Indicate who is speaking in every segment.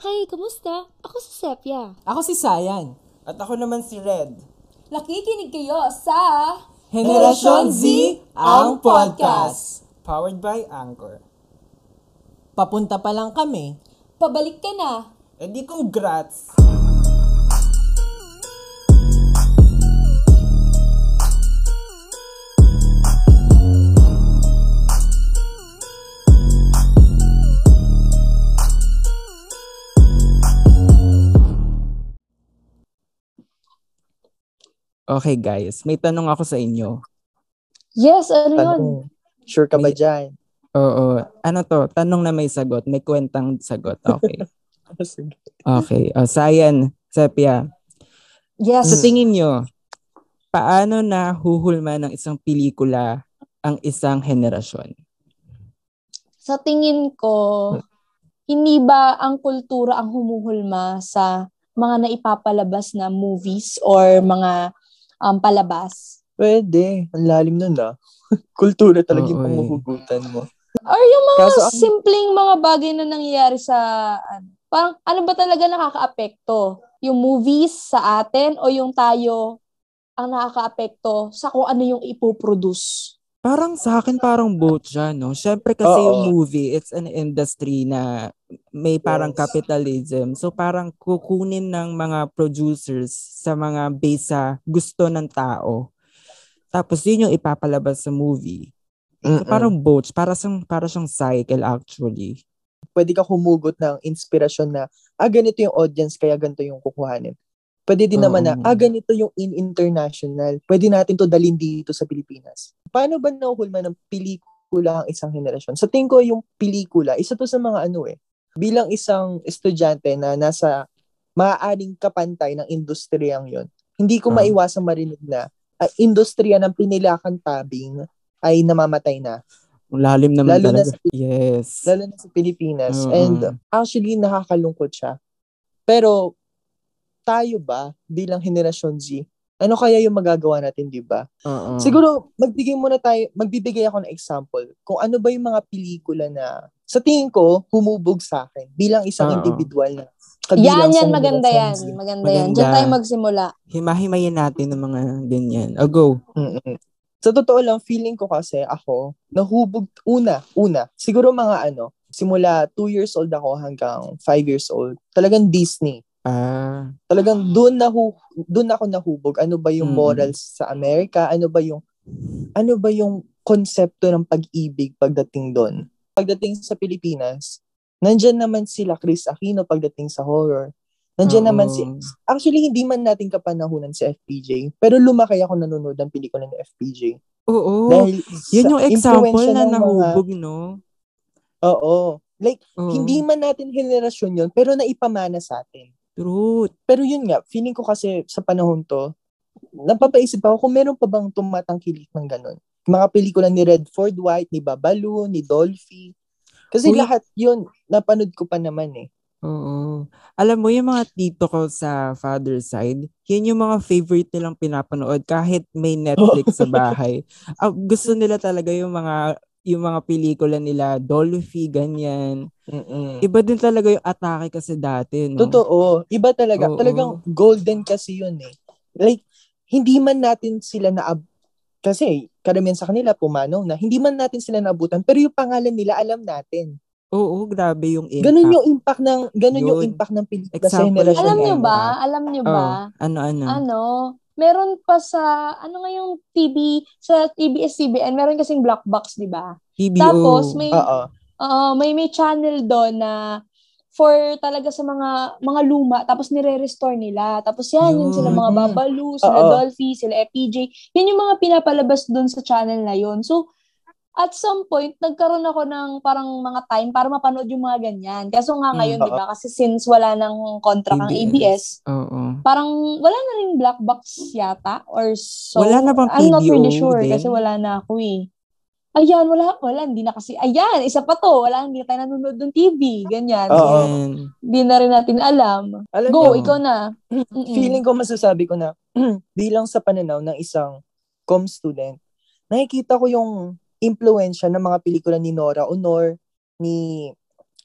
Speaker 1: Hi, kamusta? Ako si Sepia.
Speaker 2: Ako si Sayan.
Speaker 3: At ako naman si Red.
Speaker 4: Nakikinig kayo sa...
Speaker 2: Henerasyon Z, ang podcast.
Speaker 3: Powered by Anchor.
Speaker 2: Papunta pa lang kami.
Speaker 4: Pabalik ka na.
Speaker 3: E di congrats! Okay guys, may tanong ako sa inyo.
Speaker 1: Yes, ano yun?
Speaker 5: Tanong. Sure ka ba
Speaker 3: May-
Speaker 5: dyan?
Speaker 3: Oo. Ano to? Tanong na may sagot. May kwentang sagot. Okay.
Speaker 5: Sige.
Speaker 3: Okay. O, Sayan, Sepia.
Speaker 1: Yes.
Speaker 5: Hmm.
Speaker 3: Sa tingin nyo, paano na huhulma ng isang pelikula ang isang henerasyon?
Speaker 1: Sa tingin ko, hindi ba ang kultura ang humuhulma sa mga naipapalabas na movies or mga um, palabas?
Speaker 5: Pwede. Ang lalim nun ah. Kultura talaga yung
Speaker 3: Oo, eh.
Speaker 5: pumuhugutan mo.
Speaker 1: Or yung mga
Speaker 5: Kaso ang-
Speaker 1: simpleng mga bagay na nangyayari sa... ano, parang ano ba talaga nakakaapekto? Yung movies sa atin o yung tayo ang nakakaapekto sa kung ano yung ipoproduce?
Speaker 3: Parang sa akin, parang both siya, no? Siyempre kasi
Speaker 5: Oo.
Speaker 3: yung movie, it's an industry na may parang
Speaker 5: Yes.
Speaker 3: capitalism. So parang kukunin ng mga producers sa mga base sa gusto ng tao. Tapos yun yung ipapalabas sa movie. So, parang
Speaker 5: parang
Speaker 3: both. Para siyang, para siyang cycle actually.
Speaker 5: pwede ka humugot ng inspirasyon na, ah, ganito yung audience, kaya ganito yung kukuhanin. Pwede din naman na,
Speaker 3: Oo.
Speaker 5: ah, ganito yung in international. Pwede natin to dalhin dito sa Pilipinas. Paano ba nahuhulma ng pelikula ang isang henerasyon? Sa tingin ko, yung pelikula, isa to sa mga ano eh, bilang isang estudyante na nasa maaaring kapantay ng industriyang yon hindi ko
Speaker 3: Ah.
Speaker 5: maiwasang marinig na ang industriya ng pinilakan tabing ay namamatay na.
Speaker 3: Ang lalim naman
Speaker 5: Lalo na
Speaker 3: talaga. yes.
Speaker 5: lalo na sa Pilipinas.
Speaker 3: Oo.
Speaker 5: And actually, nakakalungkot siya. Pero, tayo ba, bilang Henerasyon Z, ano kaya yung magagawa natin, di ba?
Speaker 3: Oo.
Speaker 5: Siguro, magbigay muna tayo, magbibigay ako ng example kung ano ba yung mga pelikula na, sa tingin ko, humubog sa akin bilang isang
Speaker 3: Oo.
Speaker 5: individual na
Speaker 1: Yan,
Speaker 5: kabilang sa
Speaker 1: yan, maganda yan.
Speaker 5: Henerasyon Z.
Speaker 1: Maganda yan. Diyan
Speaker 3: Maganda.
Speaker 1: tayo magsimula.
Speaker 3: himahimayin natin ng mga ganyan. O go.
Speaker 5: Mm-mm. Sa totoo lang, feeling ko kasi ako, nahubog, una, una, siguro mga ano, simula 2 years old ako hanggang 5 years old, talagang Disney.
Speaker 3: Ah,
Speaker 5: Talagang doon na doon ako nahubog. Ano ba yung
Speaker 3: Mm.
Speaker 5: morals sa Amerika? Ano ba yung ano ba yung konsepto ng pag-ibig pagdating doon? Pagdating sa Pilipinas, nandyan naman sila Chris Aquino pagdating sa horror. Nandyan
Speaker 3: Oo.
Speaker 5: naman si Actually, hindi man natin kapanahunan si FPJ, pero lumaki ako nanonood ng pelikula ni FPJ.
Speaker 3: oo.
Speaker 5: Dahil
Speaker 3: Yun yung
Speaker 5: sa
Speaker 3: example
Speaker 5: impluwensya
Speaker 3: na
Speaker 5: ng mga-
Speaker 3: nahubog, Mm. no?
Speaker 5: Oo. Like,
Speaker 3: Oo.
Speaker 5: hindi man natin henerasyon yun, pero naipamana sa atin.
Speaker 3: Truth.
Speaker 5: Pero yun nga, feeling ko kasi sa panahon to, napapaisip ako kung meron pa bang tumatangkilik ng ganun. Mga pelikula ni Redford White, ni Babalu, ni Dolphy. Kasi
Speaker 3: Uy.
Speaker 5: lahat yun, napanood ko pa naman eh.
Speaker 3: Oo. Alam mo, yung mga tito ko sa father side, yun yung mga favorite nilang pinapanood kahit may Netflix sa bahay. Ah, gusto nila talaga yung mga yung mga pelikula nila, Dolphy, ganyan.
Speaker 5: Mm-mm.
Speaker 3: Iba din talaga yung atake kasi dati, no?
Speaker 5: Mm. Totoo. Iba talaga.
Speaker 3: Oo.
Speaker 5: Talagang golden kasi yun eh. Like, hindi man natin sila na kasi karamihan sa kanila pumanaw na hindi man natin sila naabutan pero yung pangalan nila alam natin.
Speaker 3: Oo, grabe yung impact.
Speaker 5: Ganun yung impact ng ganun yung
Speaker 3: Yun.
Speaker 5: impact ng pelikula sa
Speaker 3: Example
Speaker 5: henerasyon.
Speaker 3: yun.
Speaker 1: Alam niyo
Speaker 3: nyo
Speaker 1: ba? Alam niyo
Speaker 3: Oo.
Speaker 1: ba?
Speaker 3: Ano-ano?
Speaker 5: Oh.
Speaker 1: Ano? Meron pa sa, ano nga yung TV, sa TBS-CBN, meron kasing black box, di ba?
Speaker 3: TBO.
Speaker 1: Tapos, may,
Speaker 5: Oo. Ah,
Speaker 1: oo, may, may channel doon na for talaga sa mga mga luma tapos nire-restore nila tapos yan
Speaker 3: Yun.
Speaker 1: yun, sila mga Babalu sila
Speaker 5: Oo.
Speaker 1: Dolphy sila FPJ yan yung mga pinapalabas doon sa channel na yun so at some point nagkaroon ako ng parang mga time para mapanood yung mga ganyan kaso
Speaker 3: Hmm,
Speaker 1: nga ngayon
Speaker 5: Mm,
Speaker 1: di ba kasi since wala ng contract ang ABS
Speaker 3: Oo.
Speaker 1: parang wala na rin black box yata or so
Speaker 3: Wala na bang
Speaker 1: I'm not really
Speaker 3: PBO
Speaker 1: sure
Speaker 3: din?
Speaker 1: kasi wala na ako eh. Ayan, wala, wala, hindi na kasi, ayan, isa pa to, wala, hindi tayo nanonood ng TV, ganyan.
Speaker 5: Oo.
Speaker 3: Yan.
Speaker 1: Hindi na rin natin alam.
Speaker 5: Alam
Speaker 1: Go,
Speaker 5: niyo,
Speaker 1: ikaw na. Mm-mm.
Speaker 5: feeling ko masasabi ko na bilang sa pananaw ng isang com student, nakikita ko yung impluensya ng mga pelikula ni Nora Honor, ni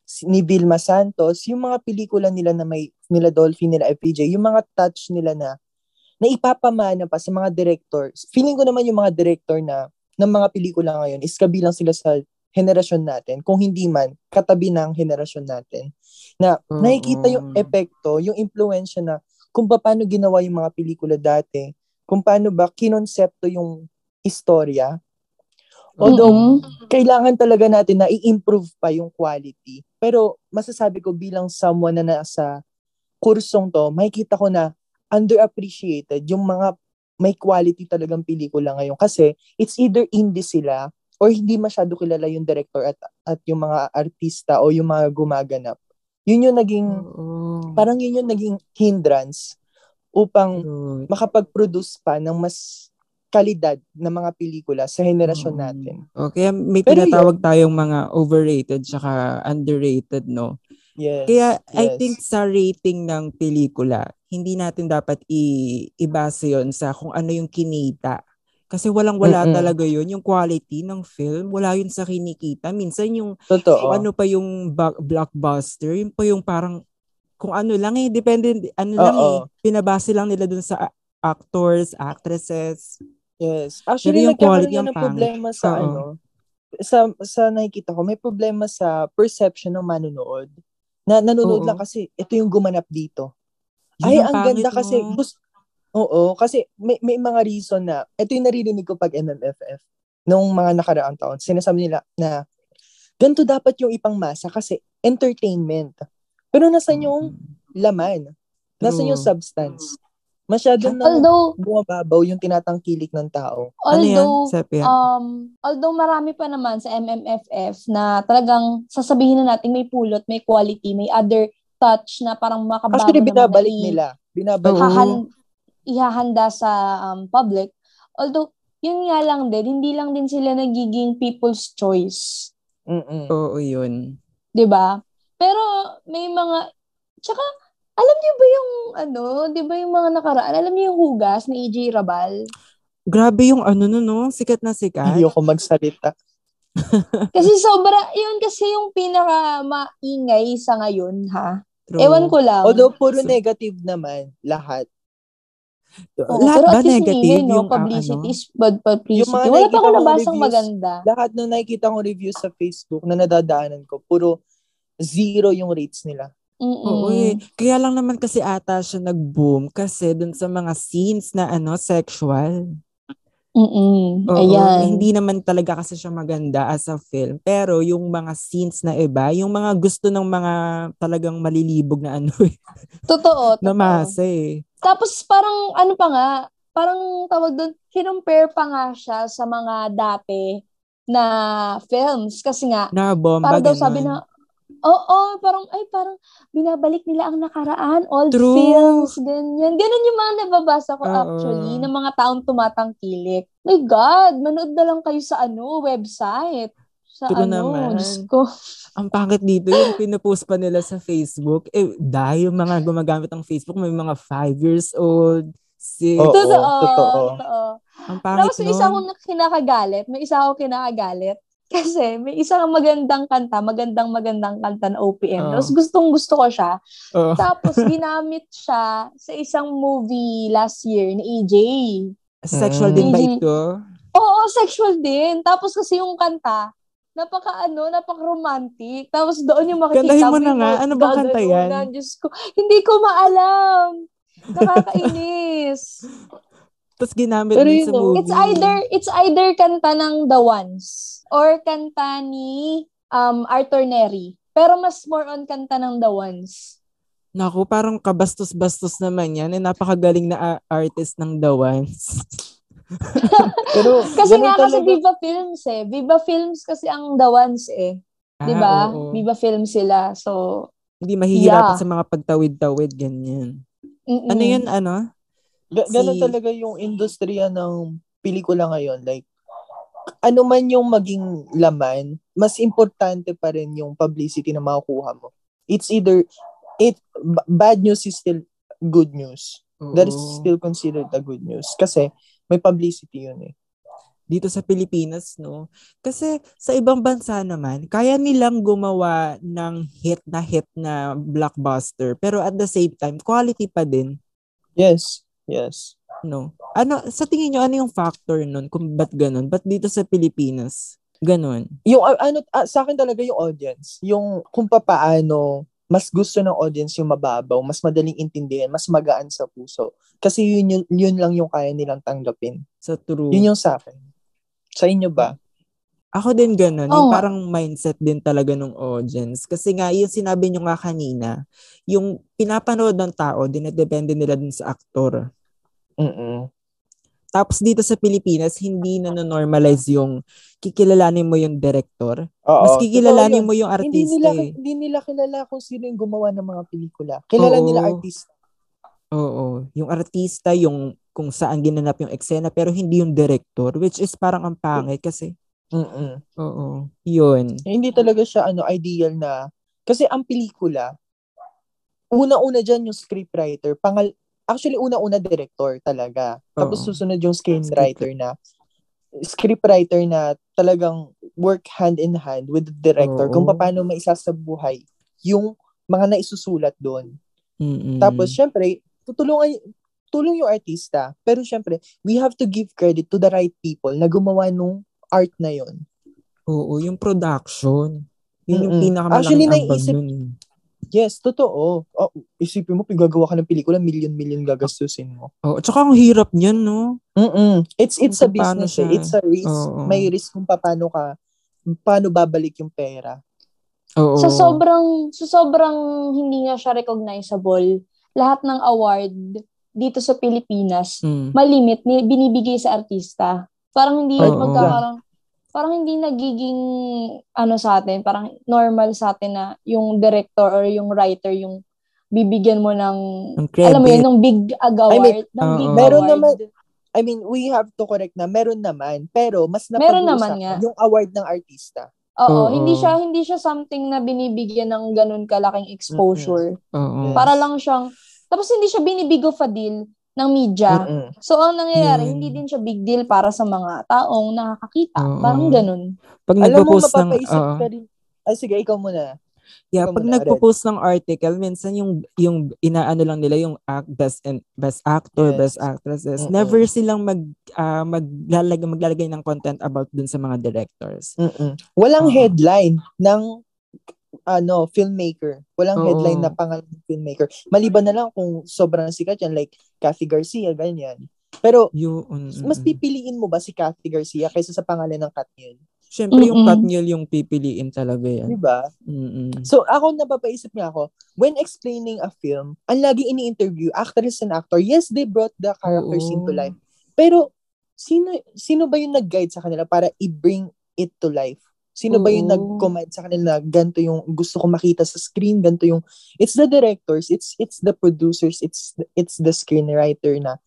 Speaker 5: si- ni Vilma Santos, yung mga pelikula nila na may nila Dolphy, nila FPJ, yung mga touch nila na na ipapamana pa sa mga director. Feeling ko naman yung mga director na ng mga pelikula ngayon is kabilang sila sa henerasyon natin. Kung hindi man, katabi ng henerasyon natin. Na
Speaker 3: Oo.
Speaker 5: nakikita yung epekto, yung impluensya na kung paano ginawa yung mga pelikula dati, kung paano ba kinonsepto yung istorya. Although, kailangan talaga natin na i-improve pa yung quality. Pero masasabi ko bilang someone na nasa kursong to, makikita ko na underappreciated yung mga may quality talagang pelikula ngayon. Kasi it's either indie sila or hindi masyado kilala yung director at, at yung mga artista o yung mga gumaganap. Yun yung naging,
Speaker 3: Oo.
Speaker 5: parang yun yung naging hindrance upang
Speaker 3: True.
Speaker 5: makapag-produce pa ng mas kalidad na mga pelikula sa henerasyon
Speaker 3: Oo.
Speaker 5: natin.
Speaker 3: Oo, kaya may
Speaker 5: Pero yun-
Speaker 3: tinatawag tayong mga overrated tsaka underrated, no?
Speaker 5: Yes.
Speaker 3: Kaya I
Speaker 5: yes.
Speaker 3: think sa rating ng pelikula, hindi natin dapat i- ibase yon sa kung ano yung kinita. Kasi walang-wala
Speaker 5: Mm-mm.
Speaker 3: talaga yun. Yung quality ng film, wala yun sa kinikita. Minsan yung
Speaker 5: totoo.
Speaker 3: kung ano pa yung ba- blockbuster, yun pa yung parang kung ano lang eh, depende, ano lang eh.
Speaker 5: Oo.
Speaker 3: Pinabase lang nila dun sa a- actors, actresses.
Speaker 5: Yes. Actually,
Speaker 3: Pero yung
Speaker 5: nagkakaroon
Speaker 3: quality
Speaker 5: na
Speaker 3: ang
Speaker 5: ng
Speaker 3: pangit.
Speaker 5: problema sa
Speaker 3: Oo.
Speaker 5: ano, sa, sa nakikita ko, may problema sa perception ng manunood. Na nanonood
Speaker 3: Oo.
Speaker 5: lang kasi, ito yung gumanap dito.
Speaker 3: Yun
Speaker 5: Ay,
Speaker 3: ang
Speaker 5: ang
Speaker 3: pangit,
Speaker 5: ganda kasi,
Speaker 3: no?
Speaker 5: gusto, oo, kasi may, may mga reason na, ito yung naririnig ko pag MMFF, nung mga nakaraang taon, sinasabi nila na, ganito dapat yung ipangmasa kasi entertainment. Pero nasan yung laman? Nasan yung
Speaker 3: True.
Speaker 5: substance? Masyado na
Speaker 1: Although,
Speaker 5: bumababaw yung tinatangkilik ng tao.
Speaker 3: Ano yan,
Speaker 1: although,
Speaker 3: Sepia?
Speaker 1: um, although marami pa naman sa MMFF na talagang sasabihin na natin may pulot, may quality, may other touch na parang makabago
Speaker 5: Actually,
Speaker 1: naman na
Speaker 5: binabalik
Speaker 1: i-
Speaker 5: nila. Binabalik
Speaker 3: Oo.
Speaker 1: hahan- ihahanda sa um, public. Although, yun nga lang din, hindi lang din sila nagiging people's choice.
Speaker 5: Mm-mm.
Speaker 3: Oo, yun.
Speaker 1: 'di ba? Pero may mga tsaka alam niyo ba yung ano, 'di ba yung mga nakaraan? Alam niyo yung hugas ni EJ Rabal?
Speaker 3: Grabe yung ano no, no? Sikat na sikat.
Speaker 5: Ayoko magsalita.
Speaker 1: Kasi sobra, yun kasi yung pinaka maingay sa ngayon, ha.
Speaker 3: True.
Speaker 1: Ewan ko lang.
Speaker 5: Although puro
Speaker 3: So-
Speaker 5: negative naman lahat.
Speaker 1: Oo,
Speaker 3: Lahat
Speaker 1: pero
Speaker 3: ba
Speaker 1: at least
Speaker 3: negative
Speaker 1: yung ingay, no?
Speaker 3: yung ah,
Speaker 1: publicity
Speaker 3: ano?
Speaker 1: is bad
Speaker 5: Yung mga
Speaker 1: publicity. Wala pa
Speaker 5: nakikita
Speaker 1: ako
Speaker 5: kong
Speaker 1: nabasang
Speaker 5: reviews,
Speaker 1: maganda.
Speaker 5: Lahat ng nakikita kong reviews sa Facebook na nadadaanan ko, puro zero yung rates nila.
Speaker 3: Oo eh.
Speaker 1: Mm-mm.
Speaker 3: Kaya lang naman kasi ata siya nag-boom kasi dun sa mga scenes na ano, sexual.
Speaker 1: Mm-mm.
Speaker 3: Oo.
Speaker 1: Ayan.
Speaker 3: Hindi naman talaga kasi siya maganda as a film. Pero yung mga scenes na iba, yung mga gusto ng mga talagang malilibog na ano eh,
Speaker 1: Totoo,
Speaker 3: na
Speaker 1: totoo.
Speaker 3: masa eh.
Speaker 1: Tapos parang ano pa nga, parang tawag doon, kinumpare pa nga siya sa mga dati na films kasi nga
Speaker 3: Na bomba,
Speaker 1: para daw
Speaker 3: ganun.
Speaker 1: sabi na oo, parang ay parang binabalik nila ang nakaraan, old
Speaker 3: True.
Speaker 1: films, ganyan. Ganun yung mga nababasa ko
Speaker 3: Oo.
Speaker 1: actually ng mga taong tumatangkilik. My God, manood na lang kayo sa ano, website. Sa
Speaker 3: True
Speaker 1: ano,
Speaker 3: naman.
Speaker 1: Diyos ko.
Speaker 3: Ang pangit dito, yung pinupost pa nila sa Facebook, eh, dahil yung mga gumagamit ng Facebook, may mga 5 years old, 6.
Speaker 5: Oo,
Speaker 1: Totoo,
Speaker 5: totoo.
Speaker 1: totoo.
Speaker 3: Ang pangit
Speaker 1: Oh. Tapos may isa
Speaker 3: nun.
Speaker 1: akong kinakagalit. May isa akong kinakagalit. Kasi may isang magandang kanta, magandang magandang kanta na OPM.
Speaker 3: Oo.
Speaker 1: Tapos gustong gusto ko siya.
Speaker 3: Oo.
Speaker 1: Tapos ginamit siya sa isang movie last year ni EJ.
Speaker 3: Sexual
Speaker 5: Mm.
Speaker 3: din ba
Speaker 1: Easy.
Speaker 3: ito?
Speaker 1: Oo, sexual din. Tapos kasi yung kanta, napaka ano, napaka romantic. Tapos doon yung makikita
Speaker 3: Kantahin mo na
Speaker 1: yung
Speaker 3: nga.
Speaker 1: mga
Speaker 3: Ano bang kanta yan?
Speaker 1: gaganunan. Diyos ko, hindi ko maalam. Nakakainis.
Speaker 3: Tapos ginamit
Speaker 5: Pero
Speaker 3: din
Speaker 5: yun,
Speaker 3: sa
Speaker 5: no,
Speaker 3: movie.
Speaker 1: It's either it's either kanta ng The Ones or kanta ni um Arthur Neri. Pero mas more on kanta ng The Ones.
Speaker 3: Naku, parang kabastos-bastos naman yan. Eh, napakagaling na a- artist ng The Ones.
Speaker 5: Pero
Speaker 1: Kasi
Speaker 5: ganun
Speaker 1: nga kasi
Speaker 5: talaga.
Speaker 1: Viva Films eh. Viva Films kasi ang The Ones eh. 'Di
Speaker 3: Ah,
Speaker 1: ba?
Speaker 3: oo.
Speaker 1: Viva Films sila. So,
Speaker 3: Hindi mahihirapan
Speaker 1: Yeah. Mm.
Speaker 3: sa mga pagtawid-tawid, ganyan.
Speaker 1: mm-mm.
Speaker 3: Ano yun, ano?
Speaker 5: Ga- ganun
Speaker 3: Si-
Speaker 5: talaga yung industriya ng pelikula ngayon. Like, ano man yung maging laman, mas importante pa rin yung publicity na makukuha mo. It's either, it, b- bad news is still good news. That is
Speaker 3: Oo.
Speaker 5: still considered a good news. Kasi, may publicity yun eh.
Speaker 3: dito sa Pilipinas, no? Kasi sa ibang bansa naman, kaya nilang gumawa ng hit na hit na blockbuster, pero at the same time, quality pa din,
Speaker 5: Yes, yes.
Speaker 3: no? Ano, sa tingin nyo, ano yung factor nun kung ba't ganun? Ba't dito sa Pilipinas, ganun?
Speaker 5: Yung uh, ano ah, sa akin talaga yung audience, yung kung papaano mas gusto ng audience yung mababaw, mas madaling intindihan, mas magaan sa puso. Kasi yun, yun, yun lang yung kaya nilang tanggapin.
Speaker 3: Sa true?
Speaker 5: Yun yung sa akin. Sa inyo ba?
Speaker 3: Ako din ganun.
Speaker 1: Oo
Speaker 3: yung
Speaker 5: Oh.
Speaker 1: nga.
Speaker 3: parang mindset din talaga ng audience. Kasi nga, yung sinabi nyo nga kanina, yung pinapanood ng tao, dinadepende nila dun sa aktor.
Speaker 5: Mm-mm.
Speaker 3: Tapos dito sa Pilipinas, hindi na normalize yung kikilalanin mo yung director.
Speaker 5: Oo,
Speaker 3: Mas
Speaker 5: totoo
Speaker 3: kikilalanin
Speaker 5: yun.
Speaker 3: mo yung
Speaker 5: Hindi
Speaker 3: artista
Speaker 5: nila,
Speaker 3: eh.
Speaker 5: hindi nila kilala kung sino yung gumawa ng mga pelikula.
Speaker 3: Oo.
Speaker 5: Kilala nila artista.
Speaker 3: Oo. Yung artista, yung kung saan ginanap yung eksena, pero hindi yung director. Which is parang ang pangit kasi.
Speaker 5: Mm-mm.
Speaker 3: Oo. Yun.
Speaker 5: Eh, Hindi talaga siya ano ideal na kasi ang pelikula una-una diyan yung scriptwriter, pangal actually una-una director talaga. Tapos
Speaker 3: Oo.
Speaker 5: susunod yung screenwriter na scriptwriter na talagang work hand in hand with the director
Speaker 3: Oo.
Speaker 5: kung paano maisasabuhay yung mga naisusulat doon.
Speaker 3: Mm-mm.
Speaker 5: Tapos syempre, tutulungan tulong yung artista, pero syempre, we have to give credit to the right people na gumawa nung art na yon.
Speaker 3: Oo, yung production. Yun yung
Speaker 5: Mm-mm.
Speaker 3: pinakamalaking
Speaker 5: Actually,
Speaker 3: ambag
Speaker 5: naiisip-
Speaker 3: nun. eh.
Speaker 5: Yes, totoo. Oh, isipin mo, pag gagawa ka ng pelikula, million-million gagastusin mo.
Speaker 3: Oo, tsaka ang hirap niyan, no?
Speaker 5: Mm-mm. It's, it's a
Speaker 3: Kung paano
Speaker 5: business
Speaker 3: siya.
Speaker 5: eh. It's a risk.
Speaker 3: Oo.
Speaker 5: May risk kung paano ka, paano babalik yung pera.
Speaker 3: Oo.
Speaker 1: Sa sobrang sa sobrang hindi nga siya recognizable, lahat ng award dito sa Pilipinas
Speaker 3: Mm.
Speaker 1: malimit ni binibigay sa artista. Parang hindi
Speaker 3: Oo.
Speaker 1: magkakaroon parang hindi nagiging ano sa atin, parang normal sa atin na yung director or yung writer yung bibigyan mo ng
Speaker 3: Ang
Speaker 1: alam mo yun,
Speaker 3: credit.
Speaker 1: ng big ag award, ng big
Speaker 3: Oo.
Speaker 5: Meron
Speaker 1: award.
Speaker 5: naman- I mean, we have to correct na meron naman, pero mas
Speaker 1: Meron naman nga.
Speaker 5: napag-uusapan yung award ng artista.
Speaker 1: Oo,
Speaker 3: Oo.
Speaker 1: hindi siya hindi siya something na binibigyan ng ganun kalaking exposure.
Speaker 3: Oo.
Speaker 5: Yes.
Speaker 1: Para lang siyang, tapos hindi siya binibigo fa deal ng media.
Speaker 5: Mm-mm.
Speaker 1: So, ang nangyayari,
Speaker 3: Yun.
Speaker 1: hindi din siya big deal para sa mga taong nakakakita.
Speaker 3: Oo.
Speaker 1: Parang ganun.
Speaker 3: Pag
Speaker 5: Alam mo,
Speaker 3: nagpo-post ng
Speaker 5: mapapaisip
Speaker 3: oo.
Speaker 5: ka rin. Ah, sige, ikaw muna.
Speaker 3: yeah,
Speaker 5: ikaw
Speaker 3: pag
Speaker 5: muna,
Speaker 3: nagpo-post ng article, minsan yung yung inaano lang nila yung act, best and best actor,
Speaker 5: Yes.
Speaker 3: best actresses.
Speaker 5: Mm-mm.
Speaker 3: Never silang mag ah, maglalag- maglalagay ng content about dun sa mga directors.
Speaker 5: Mm-mm. Walang
Speaker 3: Oo.
Speaker 5: headline ng ano, filmmaker. Walang
Speaker 3: Oo.
Speaker 5: headline na pangalan ng filmmaker. Maliban na lang kung sobrang sikat yan, like Kathy Garcia, ganyan. Pero,
Speaker 3: Yun.
Speaker 5: mas
Speaker 3: mm, mm-mm.
Speaker 5: pipiliin mo ba si Kathy Garcia kaysa sa pangalan ng cat niya?
Speaker 3: Siyempre, yung
Speaker 1: Mm-mm.
Speaker 3: Katniel yung pipiliin talaga yan.
Speaker 5: Di ba?
Speaker 3: mm
Speaker 5: So, ako napapaisip niya ako, when explaining a film, ang lagi ini-interview, actress and actor, yes, they brought the characters
Speaker 3: Oo.
Speaker 5: into life. Pero, sino sino ba yung nag-guide sa kanila para i-bring it to life? Sino ba yung
Speaker 3: Oo.
Speaker 5: nag-command sa kanila na ganito yung gusto ko makita sa screen, ganito yung it's the directors, it's it's the producers, it's it's the screenwriter na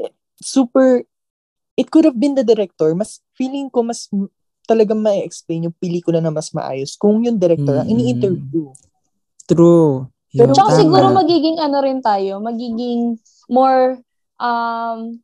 Speaker 5: eh, super it could have been the director, mas feeling ko mas m- talagang ma-explain yung pelikula na mas maayos kung yung director ang
Speaker 3: Mm-mm.
Speaker 5: ini-interview.
Speaker 3: True. Yun,
Speaker 5: Pero-
Speaker 1: Tsaka
Speaker 5: Tama.
Speaker 1: siguro magiging ano rin tayo, magiging more, um,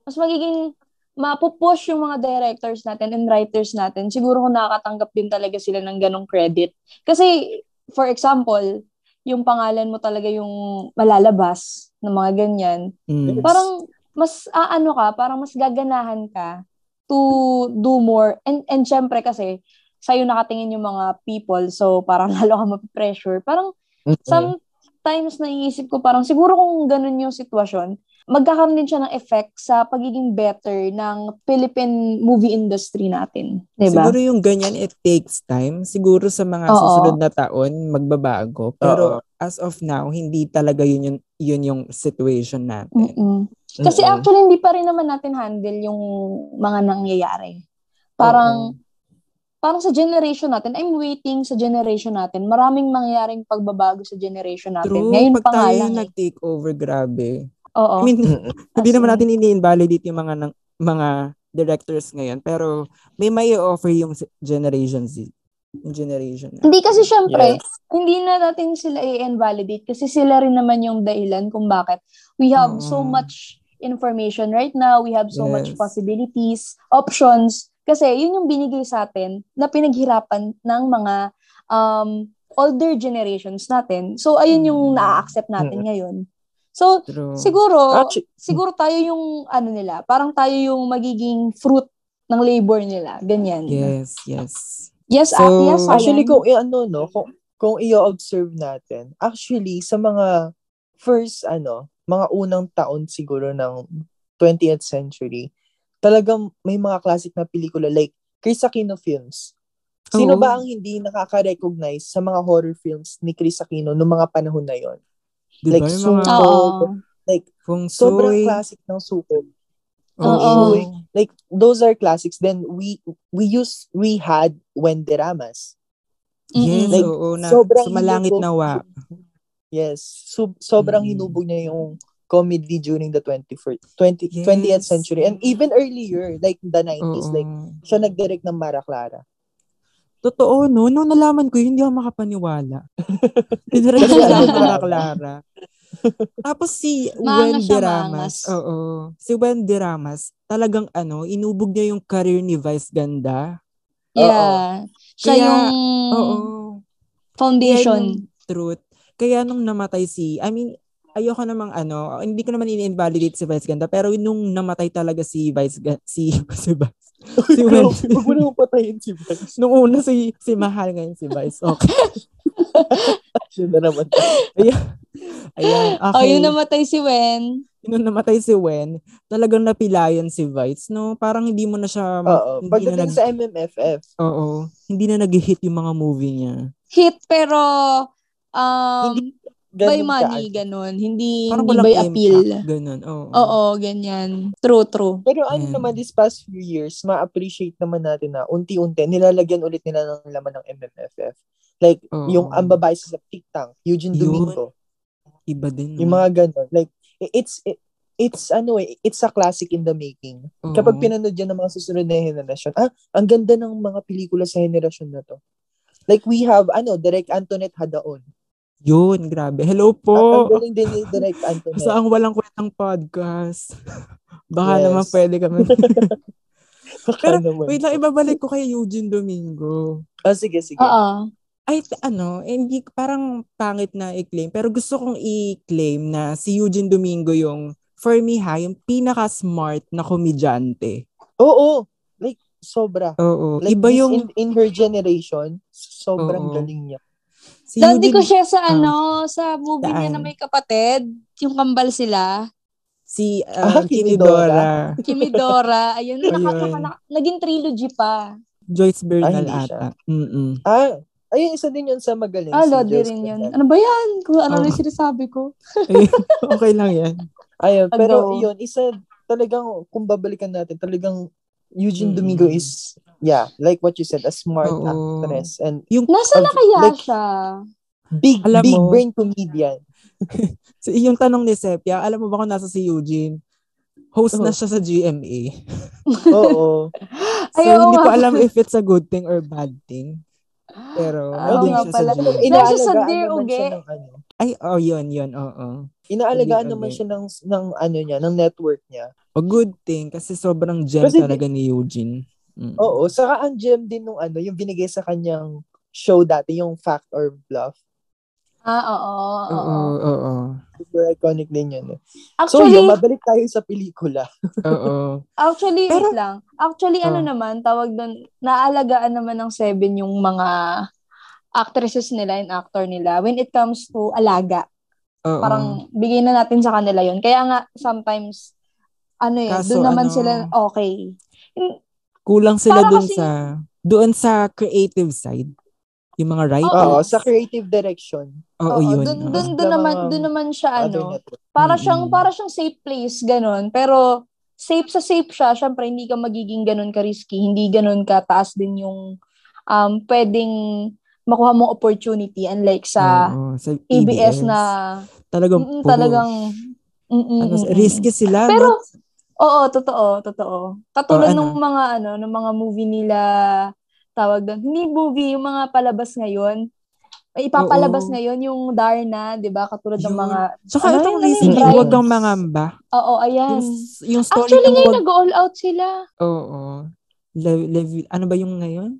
Speaker 1: mas magiging mapupush yung mga directors natin and writers natin. Siguro kung nakakatanggap din talaga sila ng ganong credit. Kasi, for example, yung pangalan mo talaga yung malalabas ng mga ganyan.
Speaker 3: Mm.
Speaker 1: parang mas aano ka, parang mas gaganahan ka to do more. And and syempre kasi sa'yo nakatingin yung mga people, so parang lalo ka mapipressure. Parang
Speaker 3: Mm.
Speaker 1: sometimes naiisip ko parang siguro kung ganun yung sitwasyon, magkakaroon din siya ng effect sa pagiging better ng Philippine movie industry natin. Diba?
Speaker 3: Siguro yung ganyan, it takes time. Siguro sa mga
Speaker 1: Oo.
Speaker 3: susunod na taon, magbabago. Pero
Speaker 5: Oo.
Speaker 3: as of now, hindi talaga yun yung, yun yung situation natin.
Speaker 1: Mm-mm. Kasi
Speaker 5: Mm-mm.
Speaker 1: actually, hindi pa rin naman natin handle yung mga nangyayari. Parang, parang sa generation natin, I'm waiting sa generation natin. Maraming mangyayaring pagbabago sa generation natin.
Speaker 3: True.
Speaker 1: Ngayon
Speaker 3: Pag
Speaker 1: pa nga
Speaker 3: tayo
Speaker 1: lang
Speaker 3: yung
Speaker 1: eh.
Speaker 3: nag-take over, grabe.
Speaker 1: Oo.
Speaker 3: I mean,
Speaker 5: Mm-mm.
Speaker 3: hindi
Speaker 1: As
Speaker 3: naman
Speaker 1: in.
Speaker 3: natin ini-invalidate yung mga, nang- mga directors ngayon. Pero may may offer yung s- Generation Z. Yung Generation na.
Speaker 1: Hindi kasi syempre,
Speaker 5: Yes.
Speaker 1: hindi na natin sila i-invalidate kasi sila rin naman yung dahilan kung bakit we have
Speaker 3: Oo.
Speaker 1: so much information right now. We have so
Speaker 3: Yes.
Speaker 1: much possibilities, options. Kasi yun yung binigay sa atin na pinaghirapan ng mga um, older generations natin. So, ayun yung
Speaker 3: Mm.
Speaker 1: na-accept natin
Speaker 5: Mm.
Speaker 1: ngayon. So,
Speaker 3: True.
Speaker 1: siguro,
Speaker 5: Actually,
Speaker 1: siguro tayo yung ano nila, parang tayo yung magiging fruit ng labor nila. Ganyan.
Speaker 3: Yes, yes.
Speaker 1: Yes,
Speaker 3: So,
Speaker 1: ah, yes, Ayan.
Speaker 5: actually kung i-ano, no, kung, kung i-observe natin, actually, sa mga first, ano, mga unang taon siguro ng 20th century, talagang may mga classic na pelikula like Chris Aquino films. Sino
Speaker 3: Oo.
Speaker 5: ba ang hindi nakaka-recognize sa mga horror films ni Chris Aquino noong mga panahon na yon?
Speaker 3: Diba
Speaker 5: like,
Speaker 3: yung
Speaker 5: so-
Speaker 3: mga
Speaker 1: Oo.
Speaker 3: feng shui?
Speaker 5: Sobrang classic ng suko.
Speaker 1: Oo.
Speaker 5: Uy, Like, those are classics. Then, we we use, we had Wenderamas.
Speaker 3: Yes,
Speaker 1: Mm-mm.
Speaker 5: Like,
Speaker 3: oo. Na,
Speaker 5: sobrang
Speaker 3: sumalangit
Speaker 5: hinubog-
Speaker 3: na wa.
Speaker 5: Yes. So, sobrang
Speaker 3: Mm.
Speaker 5: hinubog niya yung comedy during the 21st, 20,
Speaker 3: Yes.
Speaker 5: 20th century. And even earlier, like the 90s,
Speaker 3: Oo.
Speaker 5: like, siya nag-direct ng Mara Clara.
Speaker 3: Totoo, no? Nung nalaman ko, yun, hindi ako makapaniwala. Tinirang
Speaker 5: Kasi
Speaker 3: niya
Speaker 5: ano,
Speaker 3: na
Speaker 5: drama.
Speaker 3: Clara. Tapos si
Speaker 1: Maangas
Speaker 3: Wendy
Speaker 1: ano siya,
Speaker 3: Ramas.
Speaker 1: maangas.
Speaker 3: Oo. Si Wendy Ramas, talagang ano, inubog niya yung career ni Vice Ganda.
Speaker 1: Yeah. Siya
Speaker 3: Kaya,
Speaker 1: yung
Speaker 3: Oo. Kaya
Speaker 1: foundation.
Speaker 3: yung truth. Kaya nung namatay si, I mean, ayoko namang ano, hindi ko naman ini-invalidate si Vice Ganda, pero nung namatay talaga si Vice Ga- si, si Vice, si
Speaker 5: Bro,
Speaker 3: Wendy.
Speaker 5: huwag mo naman patayin si Vice.
Speaker 3: nung una si, si Mahal ngayon si Vice. Okay.
Speaker 5: Yun na naman.
Speaker 3: Ayan,
Speaker 1: Oh,
Speaker 3: okay.
Speaker 1: yun namatay si Wen.
Speaker 3: nung namatay si Wen, talagang napilayan si Vice, no? Parang hindi mo na siya,
Speaker 5: Oo.
Speaker 3: hindi na
Speaker 5: Pagdating
Speaker 3: nag,
Speaker 5: sa MMFF,
Speaker 3: oo, hindi na nag-hit yung mga movie niya.
Speaker 1: Hit pero um,
Speaker 5: Hindi
Speaker 1: by
Speaker 5: ganun ka.
Speaker 1: money, ganun. Hindi,
Speaker 3: Parang
Speaker 1: hindi
Speaker 3: walang
Speaker 1: by
Speaker 3: impact,
Speaker 1: appeal.
Speaker 3: Ganun, oo.
Speaker 1: Oo, ganyan. True, true.
Speaker 5: Pero ano
Speaker 3: Ayan.
Speaker 5: naman, these past few years, ma-appreciate naman natin na unti-unti, nilalagyan ulit nila ng laman ng MMFF. Like,
Speaker 3: Oo.
Speaker 5: yung ang babae sa TikTok, Eugene
Speaker 3: Mm. Yun.
Speaker 5: Domingo.
Speaker 3: Iba din, no?
Speaker 5: Yung mga ganun. Like, i- it's, i- it's ano eh, it's a classic in the making.
Speaker 3: Oo.
Speaker 5: Kapag pinanood yan ng mga susunod na henerasyon, ah, ang ganda ng mga pelikula sa henerasyon na to. Like, we have, ano, Direct Antoinette Hadaon.
Speaker 3: Yun, grabe. Hello
Speaker 5: Ang, ang
Speaker 3: po.
Speaker 5: galing din ni Direct Antoinette.
Speaker 3: Oh. Sa ang walang kwentang podcast. Baka
Speaker 5: Yes.
Speaker 3: naman pwede kami.
Speaker 5: Baka
Speaker 3: Pero,
Speaker 5: naman.
Speaker 3: Wait lang, ibabalik ko kay Eugene Domingo.
Speaker 5: Ah, sige, sige.
Speaker 1: Oo.
Speaker 3: Ay, t- ano, hindi, parang pangit na i-claim. Pero gusto kong i-claim na si Eugene Domingo yung, for me ha, yung pinaka-smart na komedyante.
Speaker 5: Oo, like, sobra.
Speaker 3: Oo.
Speaker 5: Like,
Speaker 3: Iba
Speaker 5: this
Speaker 3: yung,
Speaker 5: in, in her generation,
Speaker 3: Oo.
Speaker 5: sobrang galing niya.
Speaker 3: si
Speaker 1: Dati ko
Speaker 3: Eugene,
Speaker 1: siya sa
Speaker 3: Ah.
Speaker 1: ano, sa movie niya na
Speaker 3: Saan?
Speaker 1: may kapatid, yung kambal sila,
Speaker 3: si
Speaker 5: Ah,
Speaker 3: um,
Speaker 5: Kimidora.
Speaker 3: Kimidora,
Speaker 1: Kimidora, ayun,
Speaker 3: Ayun.
Speaker 1: naka, naka, naka- naging trilogy pa.
Speaker 3: Joyce Bernal
Speaker 5: Ah, hindi siya.
Speaker 3: ata. Mm-mm.
Speaker 5: Ah, ayun, isa din yun sa magaling.
Speaker 1: Ah,
Speaker 5: si
Speaker 1: Lodi
Speaker 5: Joyce
Speaker 1: rin yun.
Speaker 5: Bernal.
Speaker 1: Ano ba yan? Kung ano na
Speaker 3: Oo.
Speaker 1: yung sinasabi ko.
Speaker 3: Ayun. okay lang yan.
Speaker 5: Ayun, pero
Speaker 1: Ano?
Speaker 5: yun, isa talagang, kung babalikan natin, talagang Eugene
Speaker 3: Mm.
Speaker 5: Domingo is, yeah, like what you said, a smart
Speaker 3: Oo.
Speaker 5: actress and
Speaker 3: Yung
Speaker 1: Nasaan na
Speaker 5: Of-
Speaker 1: kaya
Speaker 5: like-
Speaker 1: siya?
Speaker 5: big,
Speaker 3: Alam
Speaker 5: big
Speaker 3: mo-
Speaker 5: brain comedian.
Speaker 3: So, yung tanong ni Sepia, alam mo ba kung nasa si Eugene? Host na
Speaker 5: Oo.
Speaker 3: siya sa GMA.
Speaker 5: Oo.
Speaker 3: So,
Speaker 1: Ay, oo
Speaker 3: hindi ko
Speaker 1: nga.
Speaker 3: alam if it's a good thing or bad thing. Pero,
Speaker 1: Ah,
Speaker 5: oo
Speaker 3: nandun
Speaker 5: nga
Speaker 3: siya sa
Speaker 1: pala.
Speaker 3: GMA.
Speaker 5: Talagang
Speaker 1: Nasa sa
Speaker 5: inaalagaan
Speaker 1: Dear
Speaker 5: naman
Speaker 1: Uge.
Speaker 5: siya ng ano.
Speaker 3: Ay, oh, yun, yun, oo.
Speaker 5: Inaalagaan
Speaker 3: Hindi,
Speaker 5: naman
Speaker 3: okay.
Speaker 5: siya ng, ng ano niya, ng network niya.
Speaker 3: A good thing kasi sobrang gem
Speaker 5: Kasi di-
Speaker 3: talaga ni Eugene. Mm.
Speaker 5: Oo, saka ang gem din nung ano, yung binigay sa kanyang show dati, yung Fact or Bluff.
Speaker 1: Ah, oo, oo.
Speaker 3: Oo, oo,
Speaker 5: Super iconic din yun. Eh. so
Speaker 1: Actually,
Speaker 5: yun, mabalik tayo sa pelikula.
Speaker 3: oo.
Speaker 1: actually,
Speaker 3: Pero-
Speaker 1: wait lang. Actually, ano
Speaker 3: Ah.
Speaker 1: naman, tawag doon, naalagaan naman ng Seven yung mga actresses nila and actor nila when it comes to alaga.
Speaker 3: oo.
Speaker 1: Parang bigay na natin sa kanila yon Kaya nga, sometimes, ano eh,
Speaker 3: Kaso
Speaker 1: doon naman
Speaker 3: ano,
Speaker 1: sila okay.
Speaker 3: kulang sila
Speaker 1: Para
Speaker 3: dun
Speaker 1: kasing-
Speaker 3: sa, doon sa creative side. Yung mga
Speaker 5: Oo,
Speaker 3: writers.
Speaker 5: sa creative direction.
Speaker 3: Oo,
Speaker 1: Oo,
Speaker 3: yun.
Speaker 1: Doon,
Speaker 3: oo.
Speaker 1: doon,
Speaker 5: Sa
Speaker 1: doon naman,
Speaker 5: mga
Speaker 1: doon naman siya,
Speaker 5: Other
Speaker 1: ano,
Speaker 5: network.
Speaker 1: Para siyang
Speaker 3: Mm-mm.
Speaker 1: para siyang safe place ganun, pero safe sa safe siya, syempre hindi ka magiging ganun ka risky, hindi ganun ka taas din yung um pwedeng makuha mong opportunity unlike sa
Speaker 3: Oo, sa
Speaker 1: ABS,
Speaker 3: ABS,
Speaker 1: na
Speaker 3: talagang
Speaker 1: mm,
Speaker 3: push.
Speaker 1: talagang mm,
Speaker 3: ano,
Speaker 1: mm, mm,
Speaker 3: risky sila.
Speaker 1: Pero
Speaker 3: no?
Speaker 1: oo, totoo, totoo. Katulad
Speaker 3: Oh, ano?
Speaker 1: ng mga ano, ng mga movie nila tawag doon. Hindi movie yung mga palabas ngayon. May ipapalabas
Speaker 3: Oo.
Speaker 1: ngayon yung Darna, di ba? Katulad ng
Speaker 3: Yun.
Speaker 1: mga,
Speaker 3: Saka
Speaker 1: Ano
Speaker 3: itong
Speaker 1: yun, ano yun,
Speaker 3: recently,
Speaker 5: Brian?
Speaker 3: huwag kang mangamba.
Speaker 1: oo, ayan.
Speaker 3: Yung, yung story
Speaker 1: Mm. Actually,
Speaker 3: ng
Speaker 1: ngayon
Speaker 3: huwag,
Speaker 1: nag-all out sila.
Speaker 3: oo. Lev- lev- ano ba yung ngayon?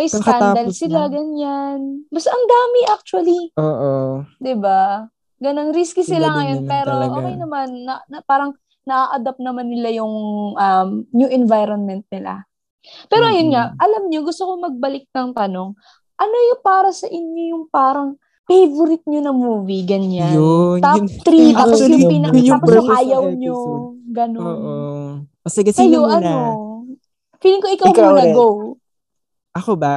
Speaker 1: May
Speaker 3: Kakatapos
Speaker 1: scandal sila,
Speaker 3: lang.
Speaker 1: ganyan. Basta ang dami actually,
Speaker 3: Oo.
Speaker 1: di ba? Ganon, risky
Speaker 3: Sila
Speaker 1: sila
Speaker 3: din
Speaker 1: ngayon,
Speaker 3: naman
Speaker 1: pero
Speaker 3: talaga.
Speaker 1: okay naman. Na, na, parang na-adapt naman nila yung um, new environment nila. Pero ayun
Speaker 3: Mm-mm.
Speaker 1: nga, alam nyo, gusto ko magbalik ng tanong. Ano yung para sa inyo yung parang favorite nyo na movie, ganyan?
Speaker 3: Yun,
Speaker 1: Top
Speaker 3: yun.
Speaker 1: 3, tapos
Speaker 3: Actually,
Speaker 1: yung pinaka,
Speaker 3: yun yung
Speaker 1: tapos yung
Speaker 3: purpose ng
Speaker 1: ayaw nyo,
Speaker 3: episode.
Speaker 1: ganon.
Speaker 3: Oo. O sige,
Speaker 1: Kayo,
Speaker 3: sino muna?
Speaker 1: ano? Feeling ko ikaw,
Speaker 5: Ikaw,
Speaker 1: muna,
Speaker 5: Red.
Speaker 1: go.
Speaker 3: Ako ba?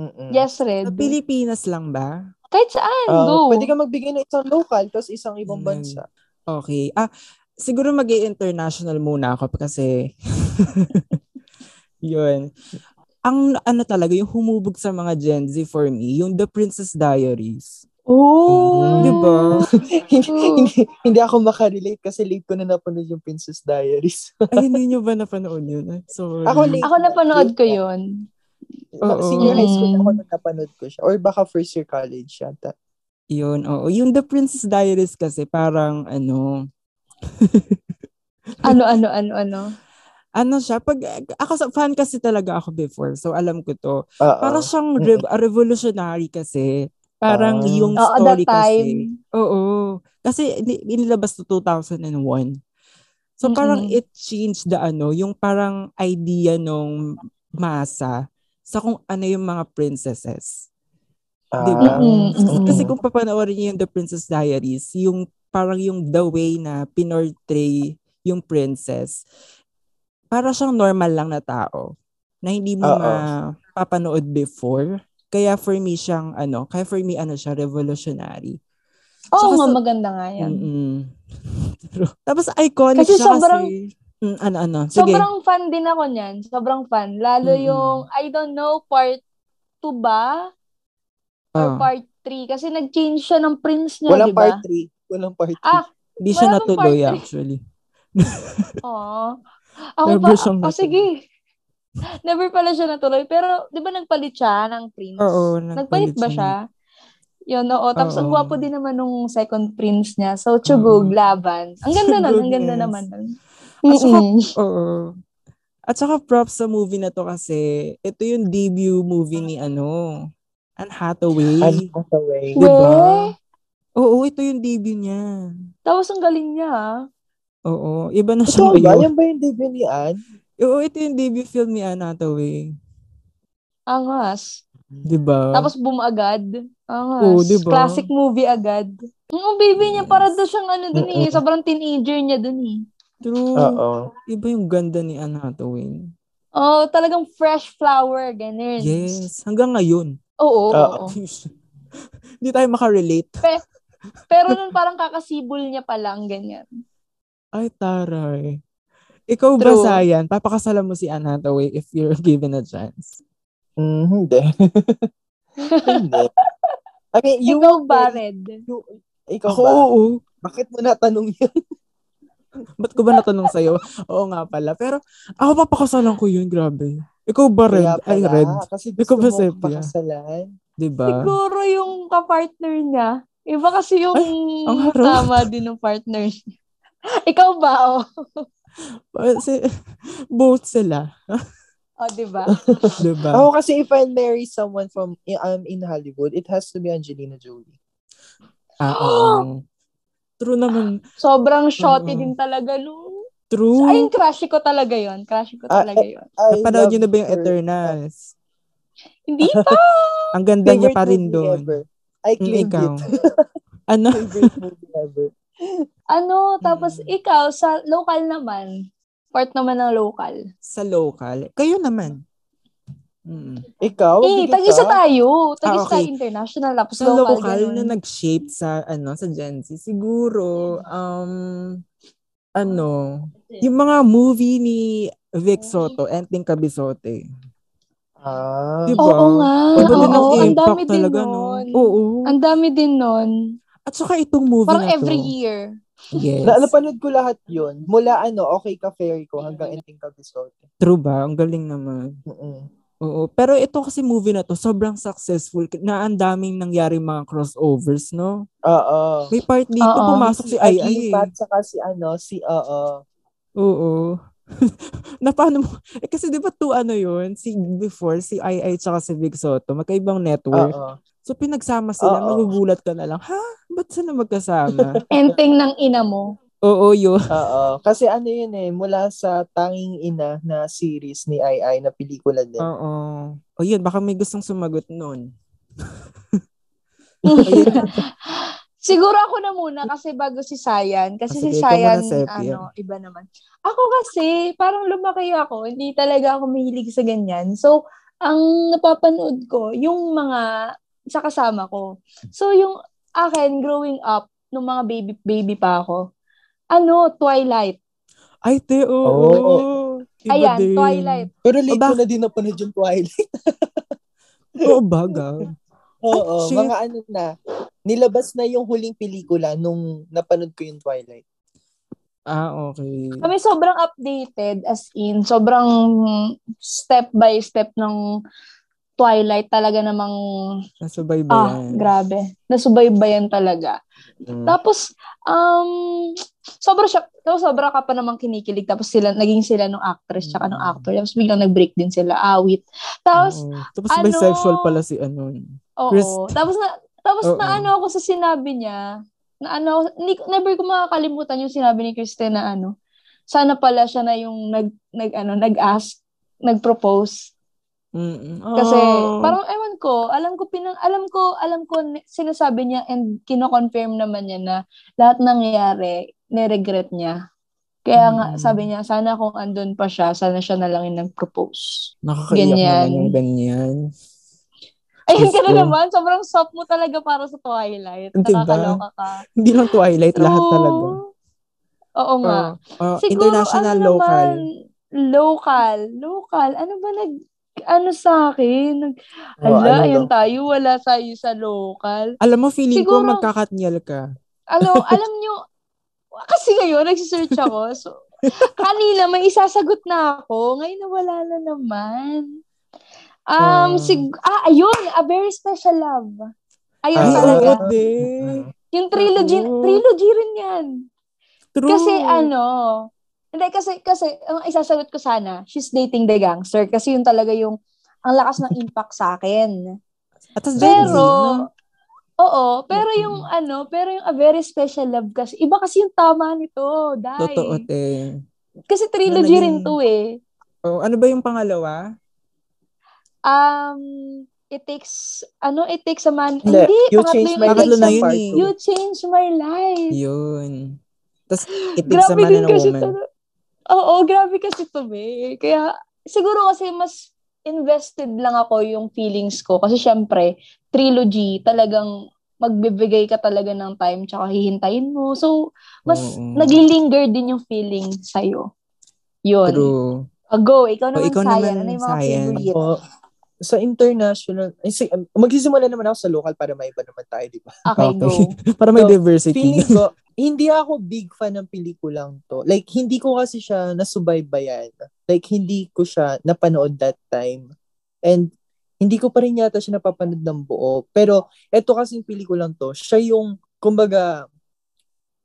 Speaker 5: Mm-mm.
Speaker 1: Yes, Red.
Speaker 3: Sa Pilipinas lang ba?
Speaker 1: Kahit saan,
Speaker 5: Ah,
Speaker 1: go.
Speaker 5: Pwede ka magbigay ng isang local tapos isang ibang
Speaker 3: Ano yun?
Speaker 5: bansa.
Speaker 3: Okay. Ah, siguro mag international muna ako kasi yun. Ang ano talaga, yung humubog sa mga Gen Z for me, yung The Princess Diaries.
Speaker 1: Oh!
Speaker 3: Di ba?
Speaker 5: hindi, hindi, hindi ako makarelate kasi late ko na napanood yung Princess Diaries.
Speaker 3: Ay, hindi nyo ba napanood yun? Ay, Sorry.
Speaker 5: Ako late.
Speaker 1: Ako napanood ko yun.
Speaker 5: Ba-
Speaker 3: Oo.
Speaker 5: Senior high school
Speaker 1: Mm.
Speaker 5: ako nung napanood ko siya. Or baka first year college yata.
Speaker 3: Yun, oo. Yung The Princess Diaries kasi parang ano,
Speaker 1: Ano, ano, ano, ano.
Speaker 3: ano siya, pag, ako sa fan kasi talaga ako before, so alam ko to.
Speaker 5: Oo.
Speaker 3: Para siyang rev- a revolutionary kasi. Parang
Speaker 5: Ah.
Speaker 3: yung
Speaker 1: Oo, that
Speaker 3: story kasi.
Speaker 1: time.
Speaker 3: Oo. Kasi ni- inilabas to 2001. So parang
Speaker 1: Mm-mm.
Speaker 3: it changed the ano, yung parang idea nung masa sa kung ano yung mga princesses. Diba?
Speaker 1: Mm-mm,
Speaker 5: Ah.
Speaker 1: mm-mm.
Speaker 3: Kasi kung papanoorin niyo yung The Princess Diaries, yung parang yung the way na pinortray yung princess, para siyang normal lang na tao na hindi mo
Speaker 5: Oo.
Speaker 3: mapapanood before. Kaya for me siyang ano, kaya for me ano siya, revolutionary.
Speaker 1: Oo
Speaker 3: Tsaka
Speaker 1: nga,
Speaker 3: sa-
Speaker 1: maganda nga yan.
Speaker 3: Mm-mm. True. Tapos iconic
Speaker 1: Kasi
Speaker 3: siya
Speaker 1: sobrang-
Speaker 3: kasi. Mm, ano, ano. Sige.
Speaker 1: Sobrang fan din ako niyan. Sobrang fan. Lalo
Speaker 3: Mm-mm.
Speaker 1: yung, I don't know, part 2 ba?
Speaker 3: Ah,
Speaker 1: Or part 3? Kasi nag-change siya ng prince niya,
Speaker 5: Walang
Speaker 1: di
Speaker 5: part
Speaker 1: ba?
Speaker 5: 3. Walang part 3.
Speaker 1: Ah,
Speaker 3: di siya
Speaker 1: wala bang
Speaker 3: natuloy
Speaker 1: part three?
Speaker 3: actually.
Speaker 1: oo. Ako
Speaker 3: Never
Speaker 1: pa,
Speaker 3: siyang
Speaker 1: oh
Speaker 3: natuloy.
Speaker 1: sige. Never pala siya natuloy. Pero, di ba nagpalit siya ng prince?
Speaker 3: Oo,
Speaker 1: Nagpalit
Speaker 3: nagpalit
Speaker 1: ba
Speaker 3: siya
Speaker 1: siya? Yun, oo. Tapos, ang
Speaker 3: Oo.
Speaker 1: gwapo din naman nung second prince niya. So, tsugog,
Speaker 3: Oo.
Speaker 1: laban. Ang ganda nun, ang
Speaker 3: Tsugog,
Speaker 1: ganda
Speaker 3: yes.
Speaker 1: naman nun.
Speaker 3: At saka,
Speaker 1: Mm-mm.
Speaker 3: oo. At saka props sa movie na to kasi ito yung debut movie ni ano, Anne
Speaker 5: Anne
Speaker 3: Hathaway.
Speaker 5: Hathaway.
Speaker 3: Di ba?
Speaker 1: Weh!
Speaker 3: Oo, ito yung debut niya.
Speaker 1: Tapos, ang galing niya, ah.
Speaker 3: Oo, iba na siya
Speaker 5: Ito ba?
Speaker 3: ngayon.
Speaker 5: Yan ba yung debut ni Anne?
Speaker 3: Oo, ito yung debut film ni Anne Hathaway. Diba?
Speaker 1: Angas.
Speaker 3: Di ba?
Speaker 1: Tapos boom agad. Angas.
Speaker 3: Oo, diba?
Speaker 1: Classic movie agad. Oo, baby niya,
Speaker 3: Yes.
Speaker 1: para doon siyang ano dun eh.
Speaker 5: Mm-mm.
Speaker 1: Sobrang teenager niya dun eh.
Speaker 3: True.
Speaker 5: Oo.
Speaker 3: Iba yung ganda ni Anne Hathaway.
Speaker 1: Oh, talagang fresh flower, ganun.
Speaker 3: Yes, hanggang ngayon.
Speaker 1: Oo, oo,
Speaker 5: Oo.
Speaker 1: oo.
Speaker 3: Hindi tayo makarelate.
Speaker 1: Pero nun parang kakasibol niya pa lang, ganyan.
Speaker 3: Ay, taray. Ikaw ba,
Speaker 1: True.
Speaker 3: Sayan? Papakasalan mo si Anne Hathaway if you're given a chance.
Speaker 5: Mm, hindi. hindi. I mean, you
Speaker 1: Ikaw
Speaker 5: won't
Speaker 1: ba,
Speaker 5: marry-
Speaker 1: Red?
Speaker 5: you- ikaw
Speaker 3: Ako,
Speaker 5: ba?
Speaker 3: oo.
Speaker 5: Bakit mo natanong yun?
Speaker 3: Ba't ko ba natanong sa'yo? oo nga pala. Pero ako papakasalan ko yun, grabe. Ikaw ba, Red?
Speaker 5: Kaya
Speaker 3: Ay,
Speaker 5: pala,
Speaker 3: Red. eh,
Speaker 5: kasi
Speaker 3: Ikaw
Speaker 5: gusto
Speaker 3: ba,
Speaker 5: mo akong
Speaker 3: Sepia?
Speaker 5: pakasalan.
Speaker 3: Diba?
Speaker 1: Siguro yung kapartner niya. Iba kasi yung
Speaker 3: Ay, ang harap.
Speaker 1: tama din ng partner niya. Ikaw ba, oh?
Speaker 3: Kasi, both sila.
Speaker 1: O, oh, di ba?
Speaker 3: Diba?
Speaker 5: Ako kasi if I marry someone from um, in Hollywood, it has to be Angelina Jolie.
Speaker 3: Ah, oo. True naman.
Speaker 1: Sobrang shotty
Speaker 3: Oo.
Speaker 1: din talaga, no?
Speaker 3: True.
Speaker 1: Ayun, crush ko talaga yon Crush ko
Speaker 5: Ah,
Speaker 1: talaga
Speaker 3: eh.
Speaker 1: yon
Speaker 5: I
Speaker 3: Napanood
Speaker 5: love
Speaker 3: niyo na ba yung
Speaker 5: her.
Speaker 3: Eternals?
Speaker 1: Hindi pa!
Speaker 3: Ang ganda niya
Speaker 5: Favorite
Speaker 3: pa rin
Speaker 5: movie
Speaker 3: doon.
Speaker 5: ever. I
Speaker 3: Mm,
Speaker 5: claimed
Speaker 3: ikaw.
Speaker 5: it.
Speaker 3: Ano?
Speaker 5: Favorite movie ever.
Speaker 1: Ano, tapos
Speaker 3: Mm.
Speaker 1: ikaw, sa local naman. Part naman ng local.
Speaker 3: Sa local. Kayo naman. Mm.
Speaker 5: Ikaw,
Speaker 1: Eh,
Speaker 5: bigay
Speaker 1: tag-isa
Speaker 5: ka.
Speaker 1: tayo.
Speaker 3: Ah,
Speaker 1: Tag-isa
Speaker 3: okay.
Speaker 1: tayo international, tapos
Speaker 3: Sa
Speaker 1: local,
Speaker 3: local,
Speaker 1: ganun.
Speaker 3: na nag-shape sa, ano, sa Gen Z, siguro, um, ano, yung mga movie ni Vic Soto, Enteng Kabisote.
Speaker 5: Ah,
Speaker 3: Diba?
Speaker 1: Oo nga.
Speaker 3: Iba din ang
Speaker 1: Oo, ang
Speaker 3: impact
Speaker 1: dami din
Speaker 3: talaga, no?
Speaker 1: nun.
Speaker 3: Oo.
Speaker 1: Ang dami din nun.
Speaker 3: At saka itong movie
Speaker 1: Parang
Speaker 3: na to.
Speaker 1: every year.
Speaker 3: Yes.
Speaker 5: na, napanood ko lahat yun. Mula ano, okay ka fairy ko hanggang ending ka Bisote.
Speaker 3: True ba? Ang galing naman.
Speaker 5: Mm-mm.
Speaker 3: Oo. Pero ito kasi movie na to, sobrang successful na ang daming nangyari mga crossovers, no?
Speaker 5: Oo.
Speaker 3: May part dito,
Speaker 1: Oo.
Speaker 3: pumasok si Ai Ai. eh.
Speaker 5: Pat, saka si ano, si oo.
Speaker 3: Oo. na paano mo? Eh, kasi di ba two ano yun? Si before, si Ai Ai tsaka si Big Soto, magkaibang network.
Speaker 5: Oo.
Speaker 3: So pinagsama sila,
Speaker 5: Oo.
Speaker 3: magugulat ka na lang, ha? Ba't sila magkasama?
Speaker 1: Enteng ng ina mo.
Speaker 3: Oo, yun.
Speaker 5: Oo. Kasi ano yun eh, mula sa Tanging Ina na series ni Ai Ai na pelikula din.
Speaker 3: Oo. O yun, baka may gustong sumagot nun. Ayun na.
Speaker 1: Siguro ako na muna kasi bago si Sayan. Kasi
Speaker 3: Ah,
Speaker 1: si
Speaker 3: sige, ikaw
Speaker 1: Sayan,
Speaker 3: muna, Sep,
Speaker 1: ano, iba naman. Ako kasi, parang lumaki ako. Hindi talaga ako mahilig sa ganyan. So, ang napapanood ko, yung mga sa kasama ko. So, yung akin, growing up, nung mga baby, baby pa ako, ano, Twilight.
Speaker 3: Ay, te, oo.
Speaker 5: Oo.
Speaker 3: Iba
Speaker 1: Ayan,
Speaker 3: din.
Speaker 1: Twilight.
Speaker 5: Pero late
Speaker 3: Aba.
Speaker 5: ko na din napanood yung Twilight.
Speaker 3: Oo, baga.
Speaker 5: Oo,
Speaker 3: shit.
Speaker 5: mga ano na. Nilabas na yung huling pelikula nung napanood ko yung Twilight.
Speaker 3: Ah, okay.
Speaker 1: Kami sobrang updated as in sobrang step by step ng Twilight talaga namang
Speaker 3: Nasabay ba
Speaker 1: ah
Speaker 3: yan?
Speaker 1: grabe nasubaybayan talaga.
Speaker 3: Mm.
Speaker 1: Tapos um sobra siya tapos sobra ka pa namang kinikilig tapos sila naging sila nung actress tsaka
Speaker 3: Mm.
Speaker 1: nung actor tapos biglang nag-break din sila awit. Tapos
Speaker 3: Oo. Tapos
Speaker 1: ano-
Speaker 3: bisexual pala si ano.
Speaker 1: oo
Speaker 3: Mm. Chris-
Speaker 1: tapos na tapos
Speaker 3: Oo.
Speaker 1: na ano ako sa sinabi niya na ano hindi, ko- never ko makakalimutan yung sinabi ni Kristen na ano sana pala siya na yung nag nag ano nag-ask nag-propose
Speaker 3: Mm-mm.
Speaker 1: kasi
Speaker 3: Oh.
Speaker 1: parang ewan ko, alam ko pinang alam ko, alam ko ni- sinasabi niya and kino-confirm naman niya na lahat nangyayari, niregret niya. Kaya nga
Speaker 3: Mm.
Speaker 1: sabi niya sana kung andun pa siya, sana siya na lang yung nag-propose.
Speaker 3: Nakakaiyak
Speaker 1: ganyan.
Speaker 3: naman yung ganyan.
Speaker 1: Ayun
Speaker 3: Gusto.
Speaker 1: ka na naman, sobrang soft mo talaga para sa Twilight.
Speaker 3: Diba?
Speaker 1: Nakakaloka ka.
Speaker 3: Hindi lang Twilight, lahat
Speaker 1: True.
Speaker 3: talaga.
Speaker 1: Oo nga.
Speaker 3: Oh, oh,
Speaker 1: Siguro,
Speaker 3: international,
Speaker 1: ano
Speaker 3: local.
Speaker 1: Naman, local. Local. Ano ba nag... Ano sa akin? Nag,
Speaker 5: Oo,
Speaker 3: Oh,
Speaker 1: ala,
Speaker 5: ano
Speaker 1: ayan
Speaker 5: daw?
Speaker 1: tayo. Wala tayo sa local.
Speaker 3: Alam mo, feeling ko
Speaker 1: Siguro-
Speaker 3: magkakatnyal ka.
Speaker 1: Alam, alam nyo, kasi ngayon, nagsisearch ako. So, kanina, may isasagot na ako. Ngayon, nawala na naman. Um,
Speaker 3: Ah.
Speaker 1: sig- ah, ayun, A Very Special Love.
Speaker 3: Ay,
Speaker 1: Ayun
Speaker 5: Ah,
Speaker 1: talaga.
Speaker 3: oo, de.
Speaker 5: Mm.
Speaker 1: Yung trilogy,
Speaker 3: Oo.
Speaker 1: trilogy rin yan.
Speaker 3: True.
Speaker 1: Kasi ano, hindi kasi kasi ang isasagot ko sana, she's dating the gangster kasi yun talaga yung ang lakas ng impact sa akin.
Speaker 3: At as Gen Z,
Speaker 1: Pero
Speaker 3: no?
Speaker 1: oo, pero yung ano, pero yung a very special love kasi iba kasi yung tama nito, dai.
Speaker 3: Totoo, te.
Speaker 1: Kasi
Speaker 5: Ano
Speaker 1: trilogy
Speaker 3: Na naging-
Speaker 1: rin to eh.
Speaker 3: Oh, ano ba yung pangalawa?
Speaker 1: Um it takes ano, it takes a man.
Speaker 5: Hindi,
Speaker 1: hindi,
Speaker 5: You
Speaker 1: pangatlo
Speaker 5: Changed
Speaker 1: yung it
Speaker 5: My
Speaker 3: Pangatlo
Speaker 1: takes
Speaker 5: Life
Speaker 3: na
Speaker 1: a-
Speaker 5: yung
Speaker 3: yun
Speaker 5: part
Speaker 3: eh.
Speaker 5: 2.
Speaker 1: You changed my life.
Speaker 3: Yun. Tapos, it takes a
Speaker 1: Grabe
Speaker 3: man
Speaker 1: din
Speaker 3: and a
Speaker 1: kasi
Speaker 3: woman.
Speaker 1: to. Oo, grabe kasi to, be. Kaya, siguro kasi mas invested lang ako yung feelings ko. Kasi syempre, trilogy, talagang magbibigay ka talaga ng time tsaka hihintayin mo. So, mas
Speaker 3: Oo.
Speaker 1: naglilinger din yung feeling sa'yo. Yun.
Speaker 3: True.
Speaker 1: O, go.
Speaker 3: O,
Speaker 1: Ikaw naman,
Speaker 3: ikaw
Speaker 1: Sayan.
Speaker 3: naman,
Speaker 1: Ano yung mga
Speaker 3: Sayan.
Speaker 1: favorite?
Speaker 5: Oo. Sa international, ay, si, um, magsisimula naman ako sa local para maiba naman tayo, di ba?
Speaker 1: Okay,
Speaker 3: Okay.
Speaker 1: go.
Speaker 3: Para may
Speaker 5: So,
Speaker 3: diversity.
Speaker 5: Feeling ko, hindi ako big fan ng pelikulang to. Like, hindi ko kasi siya nasubaybayan. Like, hindi ko siya napanood that time. And, hindi ko pa rin yata siya napapanood ng buo. Pero, eto kasing pelikulang to, siya yung, kumbaga,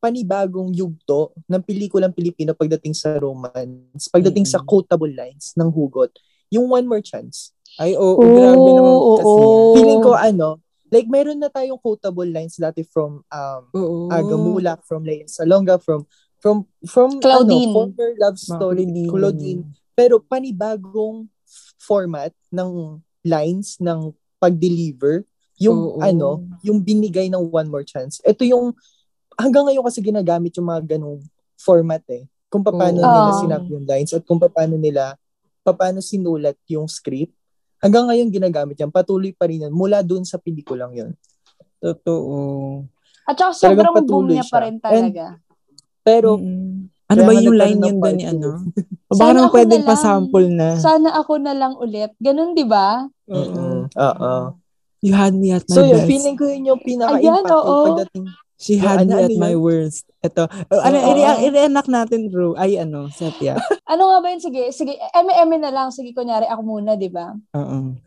Speaker 5: panibagong yugto ng pelikulang Pilipino pagdating sa romance, pagdating sa
Speaker 3: Mm-mm.
Speaker 5: quotable lines ng hugot, yung One More Chance.
Speaker 3: Ay, oo. grabe naman kasi
Speaker 1: oo.
Speaker 3: yan.
Speaker 5: Feeling ko, ano, like, meron na tayong quotable lines dati from um,
Speaker 3: Oo.
Speaker 1: Ah,
Speaker 5: Agamula
Speaker 3: Oh.
Speaker 5: from Leia Salonga from from from
Speaker 1: Claudine.
Speaker 5: ano, former love story
Speaker 3: Makulidin.
Speaker 5: Claudine pero panibagong f- format ng lines ng pag-deliver
Speaker 3: Oo.
Speaker 5: yung ano yung binigay ng one more chance ito yung hanggang ngayon kasi ginagamit yung mga ganong format eh kung paano
Speaker 3: Oo.
Speaker 5: nila
Speaker 1: Ah.
Speaker 5: sinabi yung lines at kung paano nila paano sinulat yung script hanggang ngayon ginagamit yan patuloy pa rin yan mula dun sa pelikulang yun
Speaker 3: Totoo.
Speaker 1: At saka
Speaker 5: Talagang
Speaker 1: sobrang boom
Speaker 5: patuloy
Speaker 1: niya pa
Speaker 5: siya.
Speaker 1: rin talaga.
Speaker 5: pero
Speaker 3: Mm-mm. Ano
Speaker 5: Kaya
Speaker 3: ba
Speaker 5: nga
Speaker 3: yung
Speaker 5: nagkaroon
Speaker 3: line
Speaker 5: ng
Speaker 3: yun doon
Speaker 5: part
Speaker 3: ni
Speaker 5: two.
Speaker 3: ano? O baka
Speaker 1: Sana
Speaker 3: naman
Speaker 1: ako na
Speaker 3: pwedeng
Speaker 1: lang.
Speaker 3: pasample na.
Speaker 1: Sana ako na lang ulit. Ganun, di ba?
Speaker 3: Oo.
Speaker 5: Mm-mm. Oo.
Speaker 3: You had me at my
Speaker 5: So
Speaker 3: best.
Speaker 5: yun, feeling ko yun yung
Speaker 1: Ayan,
Speaker 5: pinaka-impactful
Speaker 1: oo.
Speaker 5: pagdating.
Speaker 3: She had
Speaker 5: Ano-
Speaker 3: me
Speaker 5: ano
Speaker 3: at my
Speaker 5: yun?
Speaker 3: worst. Ito. Oh, ano,
Speaker 5: Oo.
Speaker 3: i- i-enact natin, bro. Ay, ano, Sepia.
Speaker 1: Ano nga ba yun? Sige, sige. Eme-eme na lang. Sige, kunyari ako muna, di ba?
Speaker 3: Oo.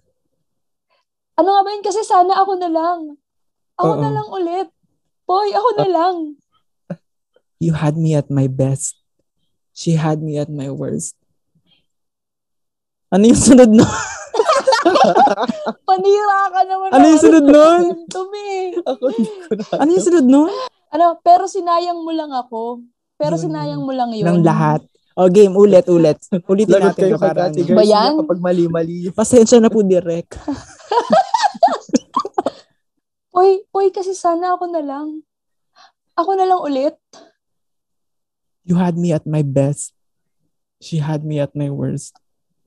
Speaker 1: Ano nga ba yun? Kasi sana ako na lang.
Speaker 3: Oo.
Speaker 1: Ako na
Speaker 3: Ah.
Speaker 1: lang ulit. Boy, ako na lang.
Speaker 3: You had me at my best. She had me at my worst. Ano yung sunod nun?
Speaker 1: Panira ka naman.
Speaker 3: Ano yung
Speaker 1: ako
Speaker 3: sunod
Speaker 1: ng
Speaker 3: nun?
Speaker 1: momentum eh.
Speaker 5: Ako, hindi ko na.
Speaker 3: Ano yung sunod nun?
Speaker 1: Ano, pero sinayang mo lang ako. Pero
Speaker 3: Yun.
Speaker 1: sinayang mo lang yun.
Speaker 3: Ng lahat. O, game. Ulit, ulit. Ulitin
Speaker 5: Lagot
Speaker 3: natin to
Speaker 5: kayo kay
Speaker 3: para
Speaker 5: Kati
Speaker 3: ano.
Speaker 1: Ba
Speaker 5: Garcia
Speaker 1: yan?
Speaker 5: kapag mali-mali.
Speaker 3: Pasensya na po, direct.
Speaker 1: Uy, uy, kasi sana ako na lang. Ako na lang ulit.
Speaker 3: You had me at my best. She had me at my worst.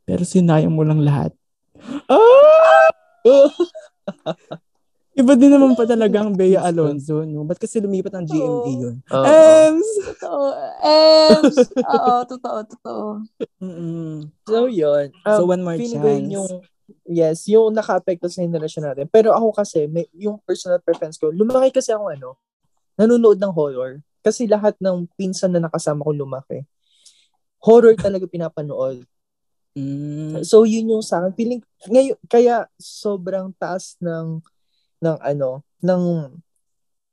Speaker 3: Pero sinayang mo lang lahat. Ah! Iba din naman pa talaga ang Bea Alonzo, no? Ba't kasi lumipat ang GMA yun?
Speaker 5: Oo.
Speaker 3: Ems!
Speaker 1: Totoo. Ems. Oo, totoo, totoo.
Speaker 3: Mm-mm.
Speaker 5: So, yun. Um,
Speaker 3: So, one more
Speaker 5: feeling ko yun
Speaker 3: chance.
Speaker 5: yung yes, yung naka-apekto sa generation natin. Pero ako kasi, may, yung personal preference ko, lumaki kasi ako ano, nanonood ng horror. Kasi lahat ng pinsan na nakasama ko lumaki. Horror talaga pinapanood.
Speaker 3: Mm.
Speaker 5: So yun yung sa akin feeling ngayon kaya sobrang taas ng ng ano ng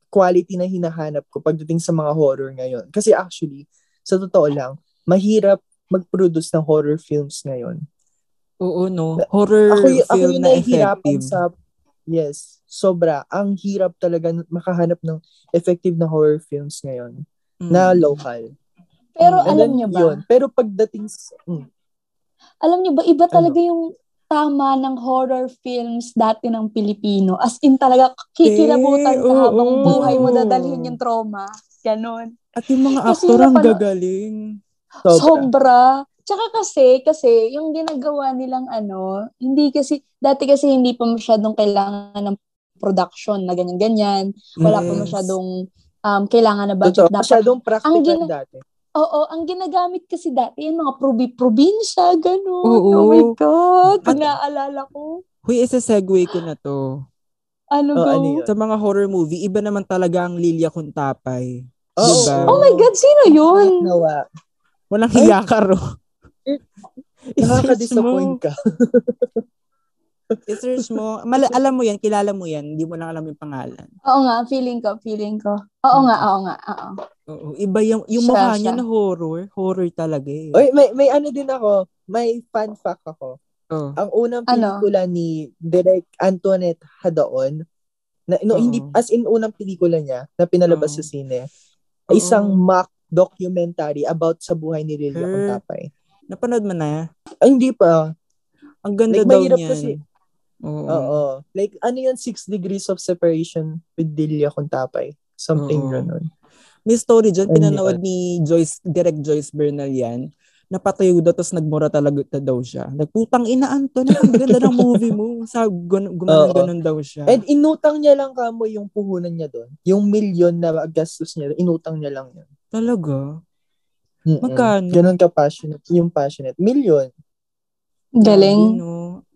Speaker 5: quality na hinahanap ko pagdating sa mga horror ngayon. Kasi actually, sa totoo lang, mahirap mag-produce ng horror films ngayon.
Speaker 3: Oo, no? Horror
Speaker 5: Ako, y- ako
Speaker 3: film
Speaker 5: yung
Speaker 3: na
Speaker 5: nahihirapan
Speaker 3: effective.
Speaker 5: sa Yes, sobra. Ang hirap talaga n- makahanap ng effective na horror films ngayon
Speaker 3: Mm.
Speaker 5: na local.
Speaker 1: Pero
Speaker 3: Mm, and
Speaker 1: Hmm. alam
Speaker 5: then,
Speaker 1: niyo ba?
Speaker 5: yun. Pero pagdating sa... mm,
Speaker 1: Alam niyo ba,
Speaker 3: Ano?
Speaker 1: iba talaga yung tama ng horror films dati ng Pilipino. As in talaga, kikilabutan
Speaker 3: Eh,
Speaker 1: ka
Speaker 3: oo.
Speaker 1: habang buhay mo, dadalhin yung trauma. Ganon.
Speaker 3: At yung mga
Speaker 1: Kasi
Speaker 3: actor ang
Speaker 1: napano-
Speaker 3: gagaling.
Speaker 5: sobra.
Speaker 1: Sobra. Tsaka kasi, kasi, yung ginagawa nilang ano, hindi kasi, dati kasi hindi pa masyadong kailangan ng production na ganyan-ganyan. Wala pa
Speaker 3: Yes.
Speaker 1: masyadong um, kailangan na budget.
Speaker 5: Totoo,
Speaker 1: Dapat
Speaker 5: masyadong practical
Speaker 1: Ang gina-
Speaker 5: dati.
Speaker 1: Oo, ang ginagamit kasi dati, yung mga probi- probinsya, ganun.
Speaker 3: Oo.
Speaker 1: Oh my God, pag
Speaker 3: At-
Speaker 1: naaalala ko.
Speaker 3: Huy, isa-segue ko na to.
Speaker 1: Ano
Speaker 5: Oh,
Speaker 1: daw?
Speaker 5: ano yun?
Speaker 3: Sa mga horror movie, iba naman talaga ang Lilia Kuntapay.
Speaker 5: Oo,
Speaker 3: Diba?
Speaker 5: oo.
Speaker 1: Oh my God, sino yun?
Speaker 5: Nawa.
Speaker 3: Walang hiya ka, Ro. I-search mo.
Speaker 5: Nakaka-disappoint ka.
Speaker 3: I-search mo. Mal- alam mo yan, kilala mo yan. Hindi mo lang alam yung pangalan.
Speaker 1: Oo nga, feeling ko, feeling ko. Oo nga, oo nga, oo.
Speaker 3: Oo. Iba yung, yung
Speaker 1: Siya,
Speaker 3: mukha
Speaker 1: siya.
Speaker 3: niya na horror. Horror talaga eh.
Speaker 5: Oy, may, may ano din ako. May fun fact ako.
Speaker 3: Oo.
Speaker 5: Ang unang
Speaker 1: Ano?
Speaker 5: pelikula ni Direk Antoinette Hadaon, na, no,
Speaker 3: Oo.
Speaker 5: hindi, as in unang pelikula niya na
Speaker 3: Oo.
Speaker 5: pinalabas sa sine,
Speaker 3: Oo.
Speaker 5: isang mock documentary about sa buhay ni Lilia
Speaker 3: Her.
Speaker 5: Contapay.
Speaker 3: Napanood mo na?
Speaker 5: Ay, hindi pa.
Speaker 3: Ang ganda
Speaker 5: Like,
Speaker 3: daw
Speaker 5: mahirap
Speaker 3: niyan.
Speaker 5: kasi.
Speaker 3: Oo.
Speaker 5: Oo. Like, ano yun, Six Degrees of Separation with Lilia Contapay. Something
Speaker 3: Oo.
Speaker 5: ganun.
Speaker 3: May story dyan,
Speaker 5: Ayun
Speaker 3: pinanood ni Joyce, direct Joyce Bernal yan, napatayo daw, tapos nagmura talaga ta- daw siya. Nagputang ina, Anton, ang ganda ng movie mo. Sa gun- gumanon
Speaker 5: Oo.
Speaker 3: ganon daw siya.
Speaker 5: And inutang niya lang kamo yung puhunan niya doon. Yung million na gastos niya, inutang niya lang yun.
Speaker 3: Talaga?
Speaker 5: Mm-mm.
Speaker 3: Magkano?
Speaker 5: Ganun ka-passionate. Yung passionate. Million.
Speaker 3: Grabe,
Speaker 1: Galing.
Speaker 3: no?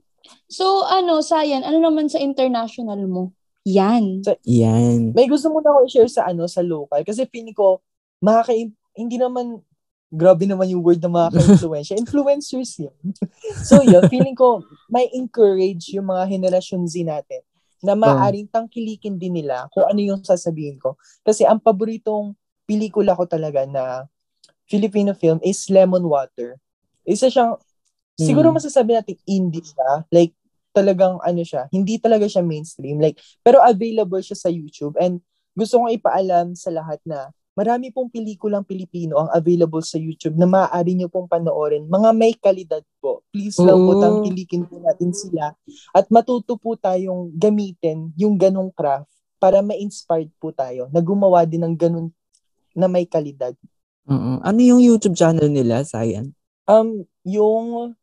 Speaker 1: So, ano, Sayan, ano naman sa international mo? Yan.
Speaker 5: Sa-
Speaker 3: Yan.
Speaker 5: May gusto muna ako i-share sa ano, sa local. Kasi feeling ko, makaka hindi naman, grabe naman yung word na makaka-influensya. Influencers yun. so yun, feeling ko, may encourage yung mga generation Z natin na maaaring tangkilikin din nila kung ano yung sasabihin ko. Kasi ang paboritong pelikula ko talaga na Filipino film is Lemon Water. Isa siyang, siguro
Speaker 3: Hmm.
Speaker 5: masasabi natin indie siya. Like, talagang ano siya, hindi talaga siya mainstream. Like, pero available siya sa YouTube. And gusto kong ipaalam sa lahat na marami pong pelikulang Pilipino ang available sa YouTube na maaari nyo pong panoorin. Mga may kalidad po. Please lang po
Speaker 3: Oo.
Speaker 5: tangkilikin po natin sila at matuto po tayong gamitin yung ganong craft para ma-inspired po tayo na gumawa din ng ganun na may kalidad.
Speaker 3: Oo. Ano yung YouTube channel nila, Sayan?
Speaker 5: Um, yung,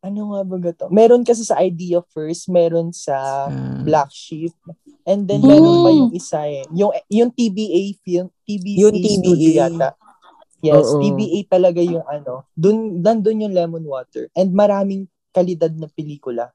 Speaker 5: ano nga ba gato? Meron kasi sa Idea First, meron sa
Speaker 3: Ah.
Speaker 5: Black Sheep, and then
Speaker 3: Mm.
Speaker 5: meron pa yung isa eh. Yung, yung TBA film, TBA
Speaker 3: Yung TBA.
Speaker 5: studio yata. Yes,
Speaker 3: Oo.
Speaker 5: TBA talaga yung ano. Dun, nandun yung Lemon Water. And maraming kalidad na pelikula.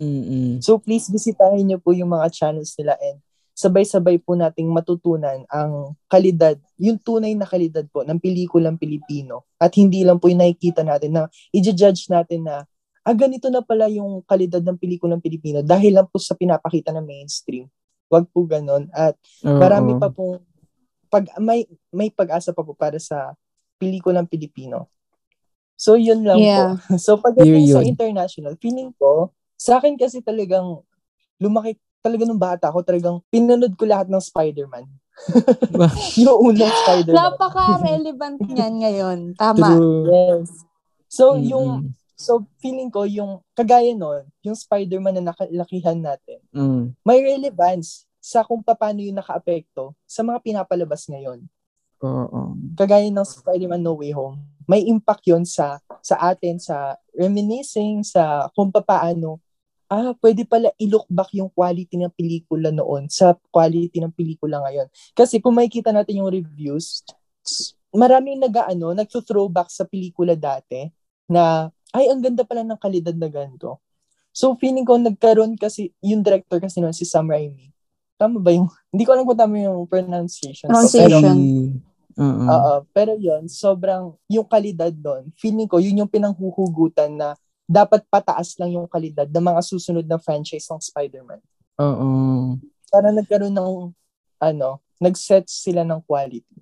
Speaker 3: Mm-mm.
Speaker 5: So please bisitahin niyo po yung mga channels nila and sabay-sabay po nating matutunan ang kalidad, yung tunay na kalidad po ng pelikulang Pilipino. At hindi lang po yung nakikita natin na i-judge natin na ah, ganito na pala yung kalidad ng pelikulang Pilipino dahil lang po sa pinapakita ng mainstream. Huwag po ganon. At
Speaker 3: Oo.
Speaker 5: marami pa pong pag, may, may pag-asa pa po para sa pelikulang Pilipino. So, yun lang po.
Speaker 1: Yeah.
Speaker 5: So
Speaker 3: Year
Speaker 5: pagdating sa
Speaker 3: yun.
Speaker 5: international, feeling ko, sa akin kasi talagang lumaki talaga nung bata ako, talagang pinanood ko lahat ng Spider-Man. yung unang Spider-Man.
Speaker 1: Napaka-relevant niyan ngayon. Tama.
Speaker 3: True.
Speaker 5: yes.
Speaker 3: Mm,
Speaker 5: So yung
Speaker 3: Mm-mm.
Speaker 5: so feeling ko yung kagaya noon, yung Spider-Man na nakalakihan natin,
Speaker 3: Mm.
Speaker 5: may relevance sa kung paano yung nakaapekto sa mga pinapalabas ngayon.
Speaker 3: Mm. Oo.
Speaker 5: Kagaya ng Spider-Man No Way Home, may impact yon sa sa atin, sa reminiscing, sa kung paano ah, pwede pala i-look back yung quality ng pelikula noon sa quality ng pelikula ngayon. Kasi kung makikita natin yung reviews, maraming nag-ano, nagso-throwback sa pelikula dati na, ay, ang ganda pala ng kalidad na ganito. So, feeling ko nagkaroon kasi, yung director kasi noon, si Sam Raimi. Tama ba yung, hindi ko alam kung tama yung pronunciation. ko,
Speaker 1: Pronunciation.
Speaker 5: pero-
Speaker 3: Si- Oo.
Speaker 1: Mm.
Speaker 5: Oo, pero yon sobrang yung kalidad doon, feeling ko yun yung pinanghuhugutan na dapat pataas lang yung kalidad ng mga susunod na franchise ng Spider-Man.
Speaker 3: Oo.
Speaker 5: Para nagkaroon ng ano, nag-set sila ng quality.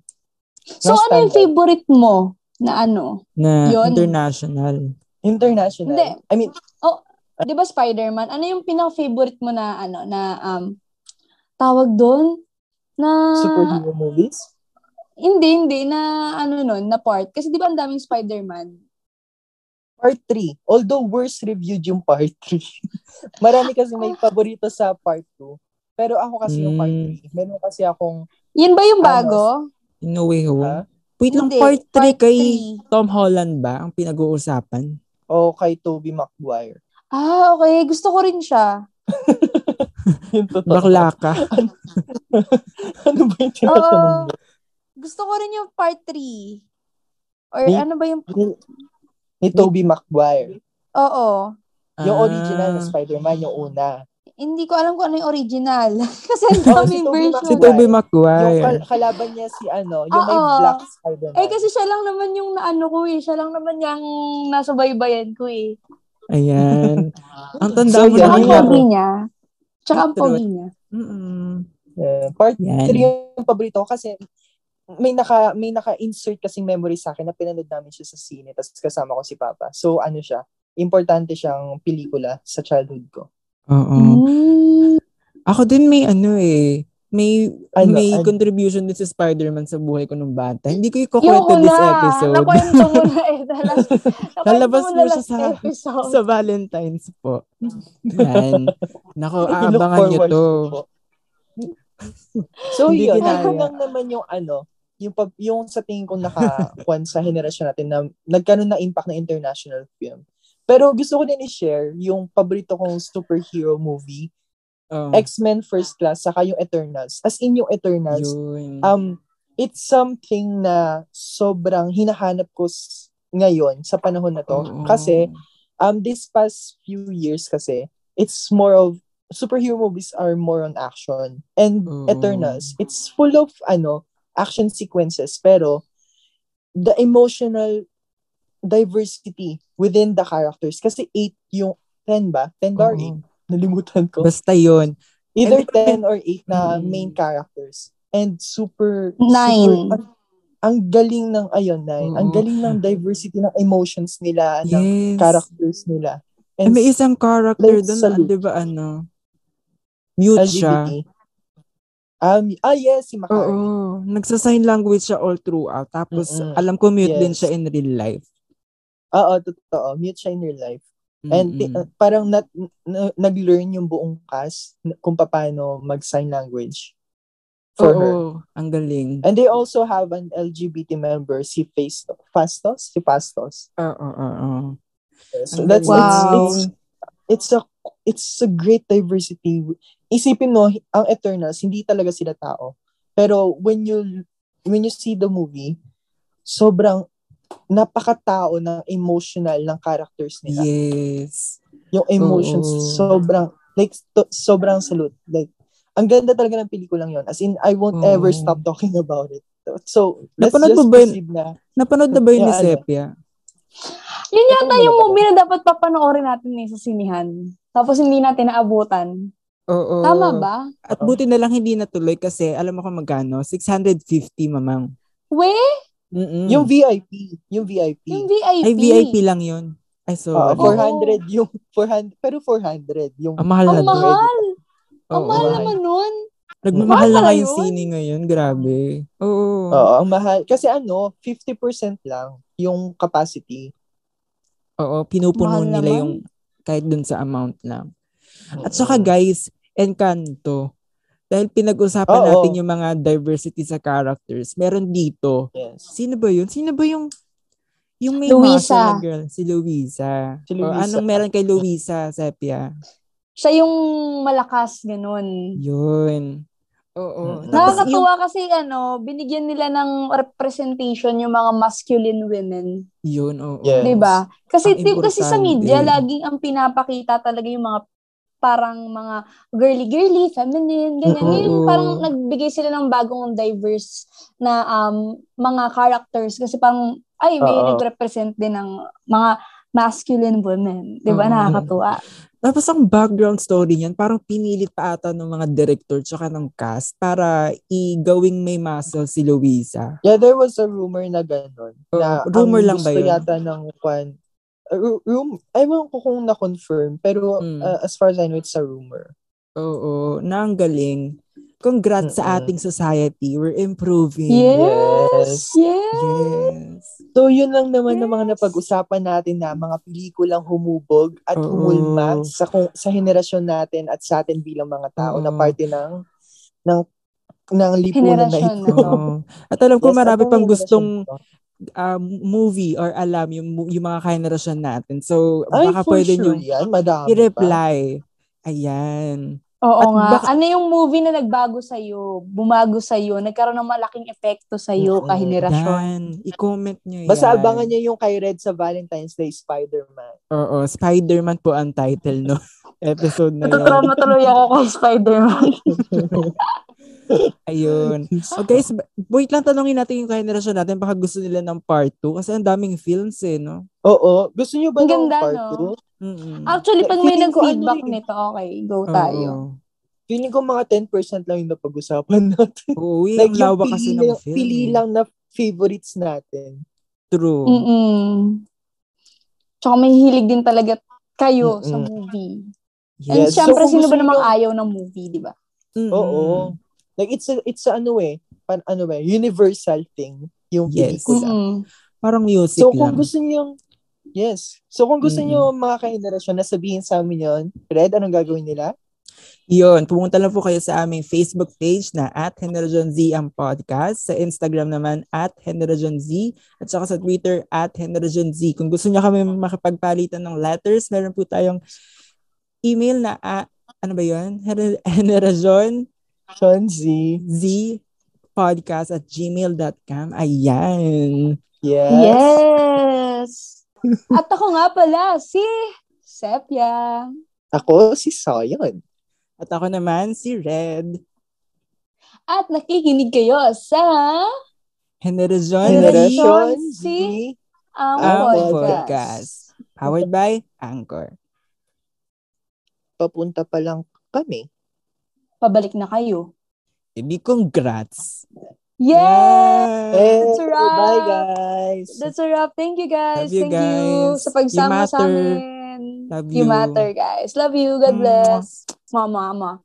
Speaker 1: So, ano
Speaker 5: Ng
Speaker 1: yung
Speaker 5: standard.
Speaker 1: favorite mo na ano?
Speaker 3: Na
Speaker 1: Yun.
Speaker 3: international.
Speaker 5: International.
Speaker 1: Hindi.
Speaker 5: I mean,
Speaker 1: Di ba Spider-Man? Ano yung pinaka-favorite mo na ano, na um, tawag doon? Na,
Speaker 5: superhero movies.
Speaker 1: hindi, hindi, na ano nun, na part. Kasi di ba ang daming Spider-Man?
Speaker 5: Part 3. Although worst reviewed yung part 3. Marami kasi may paborito sa part 2. Pero ako kasi yung part
Speaker 1: Hmm.
Speaker 3: Mm.
Speaker 5: 3. Meron kasi akong,
Speaker 1: Yan ba yung
Speaker 5: Ano?
Speaker 1: bago?
Speaker 3: In a way home.
Speaker 5: ha?
Speaker 3: Wait lang,
Speaker 1: Hindi,
Speaker 3: part 3
Speaker 1: part
Speaker 3: kay
Speaker 1: three.
Speaker 3: Tom Holland ba ang pinag-uusapan?
Speaker 5: O oh, kay Tobey Maguire.
Speaker 1: Ah, okay. Gusto ko rin siya.
Speaker 5: Yung totoo.
Speaker 3: Bakla ka.
Speaker 5: ano ba yung
Speaker 1: Oo. Um,
Speaker 5: tinatanong
Speaker 1: Gusto ko rin yung part 3. Or
Speaker 5: Ni-
Speaker 1: ano ba yung...
Speaker 5: ni, ni Tobey Maguire.
Speaker 1: Oo.
Speaker 5: Yung
Speaker 3: Ah.
Speaker 5: original na Spider-Man, yung una.
Speaker 1: Hindi ko alam kung ano yung original. Kasi ang
Speaker 3: Oh,
Speaker 5: Oo, si
Speaker 1: daming
Speaker 5: Tobey
Speaker 1: version.
Speaker 3: Si Tobey
Speaker 5: Yung
Speaker 3: Maguire.
Speaker 5: kal- kalaban niya si ano, yung may
Speaker 1: Oo.
Speaker 5: black Spider-Man.
Speaker 1: Eh kasi siya lang naman yung naano ko eh. Siya lang naman yung nasabaybayan ko eh.
Speaker 3: Ayan. Ang tanda
Speaker 5: So,
Speaker 3: mo
Speaker 5: yan,
Speaker 1: Tsaka ang
Speaker 5: yun
Speaker 3: na.
Speaker 5: nga po.
Speaker 1: pogi niya. Tsaka ang
Speaker 3: True.
Speaker 1: pogi niya.
Speaker 3: ano. Mm-mm.
Speaker 5: Yeah. part 3
Speaker 3: Yan.
Speaker 5: yung paborito ko kasi may naka may naka-insert kasing memory sa akin na pinanood namin siya sa sine tapos kasama ko si Papa. So ano siya, importante siyang pelikula sa childhood ko.
Speaker 3: Oo.
Speaker 5: Mm-hmm.
Speaker 1: Mm.
Speaker 3: Ako din may ano eh. May
Speaker 5: Ano,
Speaker 3: may
Speaker 5: ano?
Speaker 3: contribution din si Spider-man sa buhay ko nung bata. Hindi ko
Speaker 1: Yoko
Speaker 3: ikukwento this
Speaker 1: na.
Speaker 3: episode.
Speaker 1: Nakwento mo na eh. Dalas,
Speaker 3: Lalabas
Speaker 1: nakwento
Speaker 3: mo
Speaker 1: mo na
Speaker 3: siya
Speaker 1: last
Speaker 3: sa-
Speaker 1: episode.
Speaker 3: sa Valentine's po. Yan. Nako,
Speaker 5: I-look
Speaker 3: aabangan nyo
Speaker 5: forward
Speaker 3: to.
Speaker 5: ko po. So
Speaker 3: Hindi
Speaker 5: yun,
Speaker 3: ginaya.
Speaker 5: yun lang naman yung ano, yung, pag, yung sa tingin ko nakakuan sa henerasyon natin na nagkaroon na impact na international film. Pero gusto ko din i-share yung paborito kong superhero movie,
Speaker 3: Oh,
Speaker 5: X-Men First Class, saka yung Eternals. As in yung Eternals,
Speaker 3: yun.
Speaker 5: um, it's something na sobrang hinahanap ko s- ngayon sa panahon na to.
Speaker 3: Oo.
Speaker 5: Kasi um, this past few years kasi, it's more of, superhero movies are more on action. And
Speaker 3: Oo.
Speaker 5: Eternals, it's full of, ano, action sequences, pero the emotional diversity within the characters. Kasi eight yung, ten ba? Ten ba or
Speaker 3: Oo.
Speaker 5: eight? Nalimutan ko.
Speaker 3: Basta yun.
Speaker 5: Either
Speaker 3: And then-
Speaker 5: 10 or 8 na
Speaker 3: Mm.
Speaker 5: main characters. And super,
Speaker 1: Nine.
Speaker 5: super, ang, ang galing ng, ayun, nine. Ang
Speaker 3: Oo.
Speaker 5: galing ng diversity ng emotions nila, ng
Speaker 3: Yes.
Speaker 5: characters nila.
Speaker 3: Eh,
Speaker 5: And
Speaker 3: may isang character
Speaker 5: like,
Speaker 3: doon,
Speaker 5: salute.
Speaker 3: di ba ano? Mute siya.
Speaker 5: LGBT. Um, ah, yes, si Makari.
Speaker 3: Oo. Nagsa-sign language siya all throughout. Tapos,
Speaker 5: Mm-mm.
Speaker 3: alam ko mute din
Speaker 5: Yes.
Speaker 3: siya in real life.
Speaker 5: Oo, totoo. Mute siya in real life. And uh, ti-
Speaker 3: Mm-mm.
Speaker 5: parang nat, na, nag-learn yung buong cast n- kung paano mag-sign language for
Speaker 3: Oo.
Speaker 5: her.
Speaker 3: Ang galing.
Speaker 5: And they also have an LGBT member, si Face, Fastos, si Fastos.
Speaker 3: Oo, oo, oo.
Speaker 5: So
Speaker 3: Ang
Speaker 5: that's it's
Speaker 1: Wow.
Speaker 5: it's it's a it's a great diversity. Isipin mo ang Eternals hindi talaga sila tao. Pero when you when you see the movie, sobrang napakatao ng emotional ng characters nila.
Speaker 3: Yes.
Speaker 5: Yung emotions,
Speaker 3: Oo.
Speaker 5: sobrang, like, to- sobrang salute. Like, ang ganda talaga ng pelikulang yon. As in, I won't ever
Speaker 3: Oo.
Speaker 5: stop talking about it. So, let's
Speaker 3: Napanood
Speaker 5: just
Speaker 3: mo ba yun?
Speaker 5: proceed na.
Speaker 3: Napanood na ba yun ni
Speaker 5: Yeah, ano?
Speaker 3: Sepia?
Speaker 1: Yun
Speaker 5: Ito
Speaker 1: yata
Speaker 3: Ano
Speaker 5: muna
Speaker 1: yung
Speaker 5: ba?
Speaker 1: movie na dapat papanoorin natin eh sa sinihan. Tapos hindi natin naabutan.
Speaker 3: Oo.
Speaker 1: Tama ba?
Speaker 3: At buti na lang hindi natuloy kasi alam mo kung magkano? 650 mamang.
Speaker 1: We?
Speaker 3: Mm-mm.
Speaker 5: Yung VIP. Yung VIP.
Speaker 1: Yung VIP.
Speaker 3: Ay, VIP lang yun. Ay,
Speaker 5: Ah,
Speaker 3: sorry.
Speaker 1: Oo. for-
Speaker 5: 400 yung 400 pero 400 yung
Speaker 3: Ang mahal na
Speaker 1: Ang
Speaker 3: doon.
Speaker 1: mahal. Ang
Speaker 3: Oo.
Speaker 1: mahal
Speaker 5: mahal.
Speaker 1: naman nun.
Speaker 3: Nagmamahal na
Speaker 1: Mahal
Speaker 3: nga yung
Speaker 1: yun.
Speaker 3: sini ngayon. Grabe. Oo.
Speaker 5: Oo, ang mahal kasi ano, 50% lang yung capacity.
Speaker 3: Oo. Pinupuno
Speaker 1: Mahal
Speaker 3: nila
Speaker 1: naman.
Speaker 3: yung kahit dun sa amount lang. At saka guys, Encanto. Dahil pinag-usapan
Speaker 5: Oo.
Speaker 3: natin yung mga diversity sa characters, meron dito.
Speaker 5: yes.
Speaker 3: Sino ba yun? Sino ba yung yung may
Speaker 1: Luisa.
Speaker 3: muscle na girl? Si Luisa.
Speaker 5: Si
Speaker 3: O,
Speaker 5: Luisa.
Speaker 3: anong meron kay Luisa, Sepia?
Speaker 1: Siya yung malakas, ganun.
Speaker 3: Yun. Oo.
Speaker 5: Mm.
Speaker 3: Tapos yung,
Speaker 1: Nakakatuwa kasi ano, binigyan nila ng representation yung mga masculine women,
Speaker 3: yun, oo.
Speaker 5: Yes.
Speaker 1: 'di ba? Diba? Kasi
Speaker 3: Ang
Speaker 1: di- kasi sa
Speaker 3: importante.
Speaker 1: media laging ang pinapakita talaga yung mga parang mga girly girly, feminine, ganyan.
Speaker 5: Mm-mm.
Speaker 1: Ngayon
Speaker 3: Oo.
Speaker 1: parang nagbigay sila ng bagong diverse na um mga characters kasi parang ay may
Speaker 5: Oo.
Speaker 1: nagrepresent din ng mga masculine women, 'di ba?
Speaker 3: Oo.
Speaker 1: Nakakatuwa.
Speaker 3: Tapos ang background story niyan, parang pinilit pa ata ng mga director tsaka ng cast para i-gawing may muscle si Luisa.
Speaker 5: Yeah, there was a rumor na ganun.
Speaker 3: Oo.
Speaker 5: Na
Speaker 3: Oh, Rumor
Speaker 5: ang
Speaker 3: lang ba
Speaker 5: gusto
Speaker 3: yun?
Speaker 5: yata ng kwan, uh, ru- room, ewan ko kung na-confirm, pero
Speaker 3: Mm.
Speaker 5: uh, as far as I know, it's a rumor.
Speaker 3: Oo. Na ang galing. Congrats sa
Speaker 5: Mm-mm.
Speaker 3: ating society. We're improving.
Speaker 1: Yes. Yes.
Speaker 3: Yes.
Speaker 5: So, yun lang naman ang mga
Speaker 1: Yes.
Speaker 5: napag-usapan natin na mga pelikulang humubog at
Speaker 3: Oo.
Speaker 5: humulma sa kung, sa henerasyon natin at sa atin bilang mga tao na
Speaker 3: Oo.
Speaker 5: parte ng ng ng lipunan na
Speaker 1: Henerasyon,
Speaker 5: ito.
Speaker 1: ano?
Speaker 3: Oo. At alam ko
Speaker 5: Yes,
Speaker 3: marami
Speaker 5: at ng
Speaker 3: pang
Speaker 5: henerasyon
Speaker 3: gustong
Speaker 5: ito.
Speaker 3: um, movie or alam yung, mu- yung mga kahenerasyon natin. So,
Speaker 5: Ay,
Speaker 3: baka
Speaker 5: for
Speaker 3: pwede nyo
Speaker 5: sure yan. Madami pa.
Speaker 3: i-reply. Ayan.
Speaker 1: Oo
Speaker 3: At
Speaker 1: nga.
Speaker 3: baka-
Speaker 1: ano yung movie na nagbago sa'yo, bumago sa'yo, nagkaroon ng malaking epekto sa'yo,
Speaker 5: Mm-mm.
Speaker 1: kahenerasyon?
Speaker 3: Yan. I-comment nyo yan.
Speaker 5: Basta abangan niya yung kay Red sa Valentine's Day, Spider-Man.
Speaker 3: Oo. Spider-Man po ang title, no? Episode na yun.
Speaker 1: Natutrauma tuloy ako kay Spider-Man.
Speaker 3: Ayun. O guys, ba- wait lang tanongin natin yung generation natin baka gusto nila ng part 2 kasi ang daming films eh, no?
Speaker 5: Oo. Gusto niyo ba
Speaker 1: Ang
Speaker 5: ng
Speaker 1: ganda,
Speaker 5: part
Speaker 1: no?
Speaker 5: 2?
Speaker 3: Mm-mm.
Speaker 5: Ah,
Speaker 1: Actually, pag may
Speaker 5: Feeling ko ano
Speaker 1: nag-feedback
Speaker 5: eh.
Speaker 1: nito, okay, go
Speaker 3: Oo.
Speaker 1: tayo.
Speaker 5: Feeling ko mga 10% lang yung napag-usapan natin.
Speaker 3: Oo, eh, ang
Speaker 5: like yung
Speaker 3: lawa
Speaker 5: pili,
Speaker 3: kasi ng
Speaker 5: lang,
Speaker 3: film.
Speaker 5: pili
Speaker 3: eh.
Speaker 5: lang na favorites natin.
Speaker 3: True.
Speaker 1: Mm-mm. Tsaka may hilig din talaga kayo sa
Speaker 5: Mm-mm.
Speaker 1: movie. And
Speaker 5: Yes.
Speaker 3: Yes.
Speaker 1: syempre,
Speaker 5: So, kung
Speaker 1: sino ba
Speaker 5: gusto
Speaker 1: namang
Speaker 5: niyo-
Speaker 1: ayaw ng movie, di ba?
Speaker 3: Mm-mm. Mm.
Speaker 5: Oo. Like it's a, it's a ano eh, pan, ano ba, universal thing yung
Speaker 3: Yes.
Speaker 5: pelikula.
Speaker 1: Mm-mm.
Speaker 3: Parang music
Speaker 5: So
Speaker 3: lang.
Speaker 5: kung gusto niyo Yes. So kung gusto
Speaker 3: Mm-mm.
Speaker 5: niyo mga kahenerasyon na sabihin sa amin yon, Red, anong gagawin nila?
Speaker 3: Yun, pumunta lang po kayo sa aming Facebook page na at Generation Z ang podcast, sa Instagram naman at Generation Z, at saka sa Twitter at Generation Z. Kung gusto niya kami makapagpalitan ng letters, meron po tayong email na a- ano ba yun? Generation
Speaker 5: Sean Z.
Speaker 3: Z podcast at gmail.com. Ayan.
Speaker 5: Yes.
Speaker 1: Yes! At ako nga pala, si Sepia.
Speaker 5: Ako si Soyon.
Speaker 3: At ako naman, si Red.
Speaker 1: At nakikinig kayo sa
Speaker 3: Generation
Speaker 5: Generation
Speaker 1: Generation
Speaker 5: Z.
Speaker 1: Z. Ang
Speaker 3: ang
Speaker 5: Podcast.
Speaker 3: podcast. Powered by Anchor.
Speaker 5: Papunta pa lang kami.
Speaker 1: Pabalik na kayo.
Speaker 3: Hindi congrats.
Speaker 1: Yes!
Speaker 5: É.
Speaker 3: Yes!
Speaker 1: That's a wrap!
Speaker 5: bye guys.
Speaker 1: That's a wrap. Thank you guys.
Speaker 3: Love you
Speaker 1: Thank
Speaker 3: guys.
Speaker 1: you sa pagsama
Speaker 3: You matter.
Speaker 1: sa amin.
Speaker 3: Love
Speaker 1: You
Speaker 3: you.
Speaker 1: matter, guys. Love you.
Speaker 3: Mwah.
Speaker 1: God bless. Mama, mama.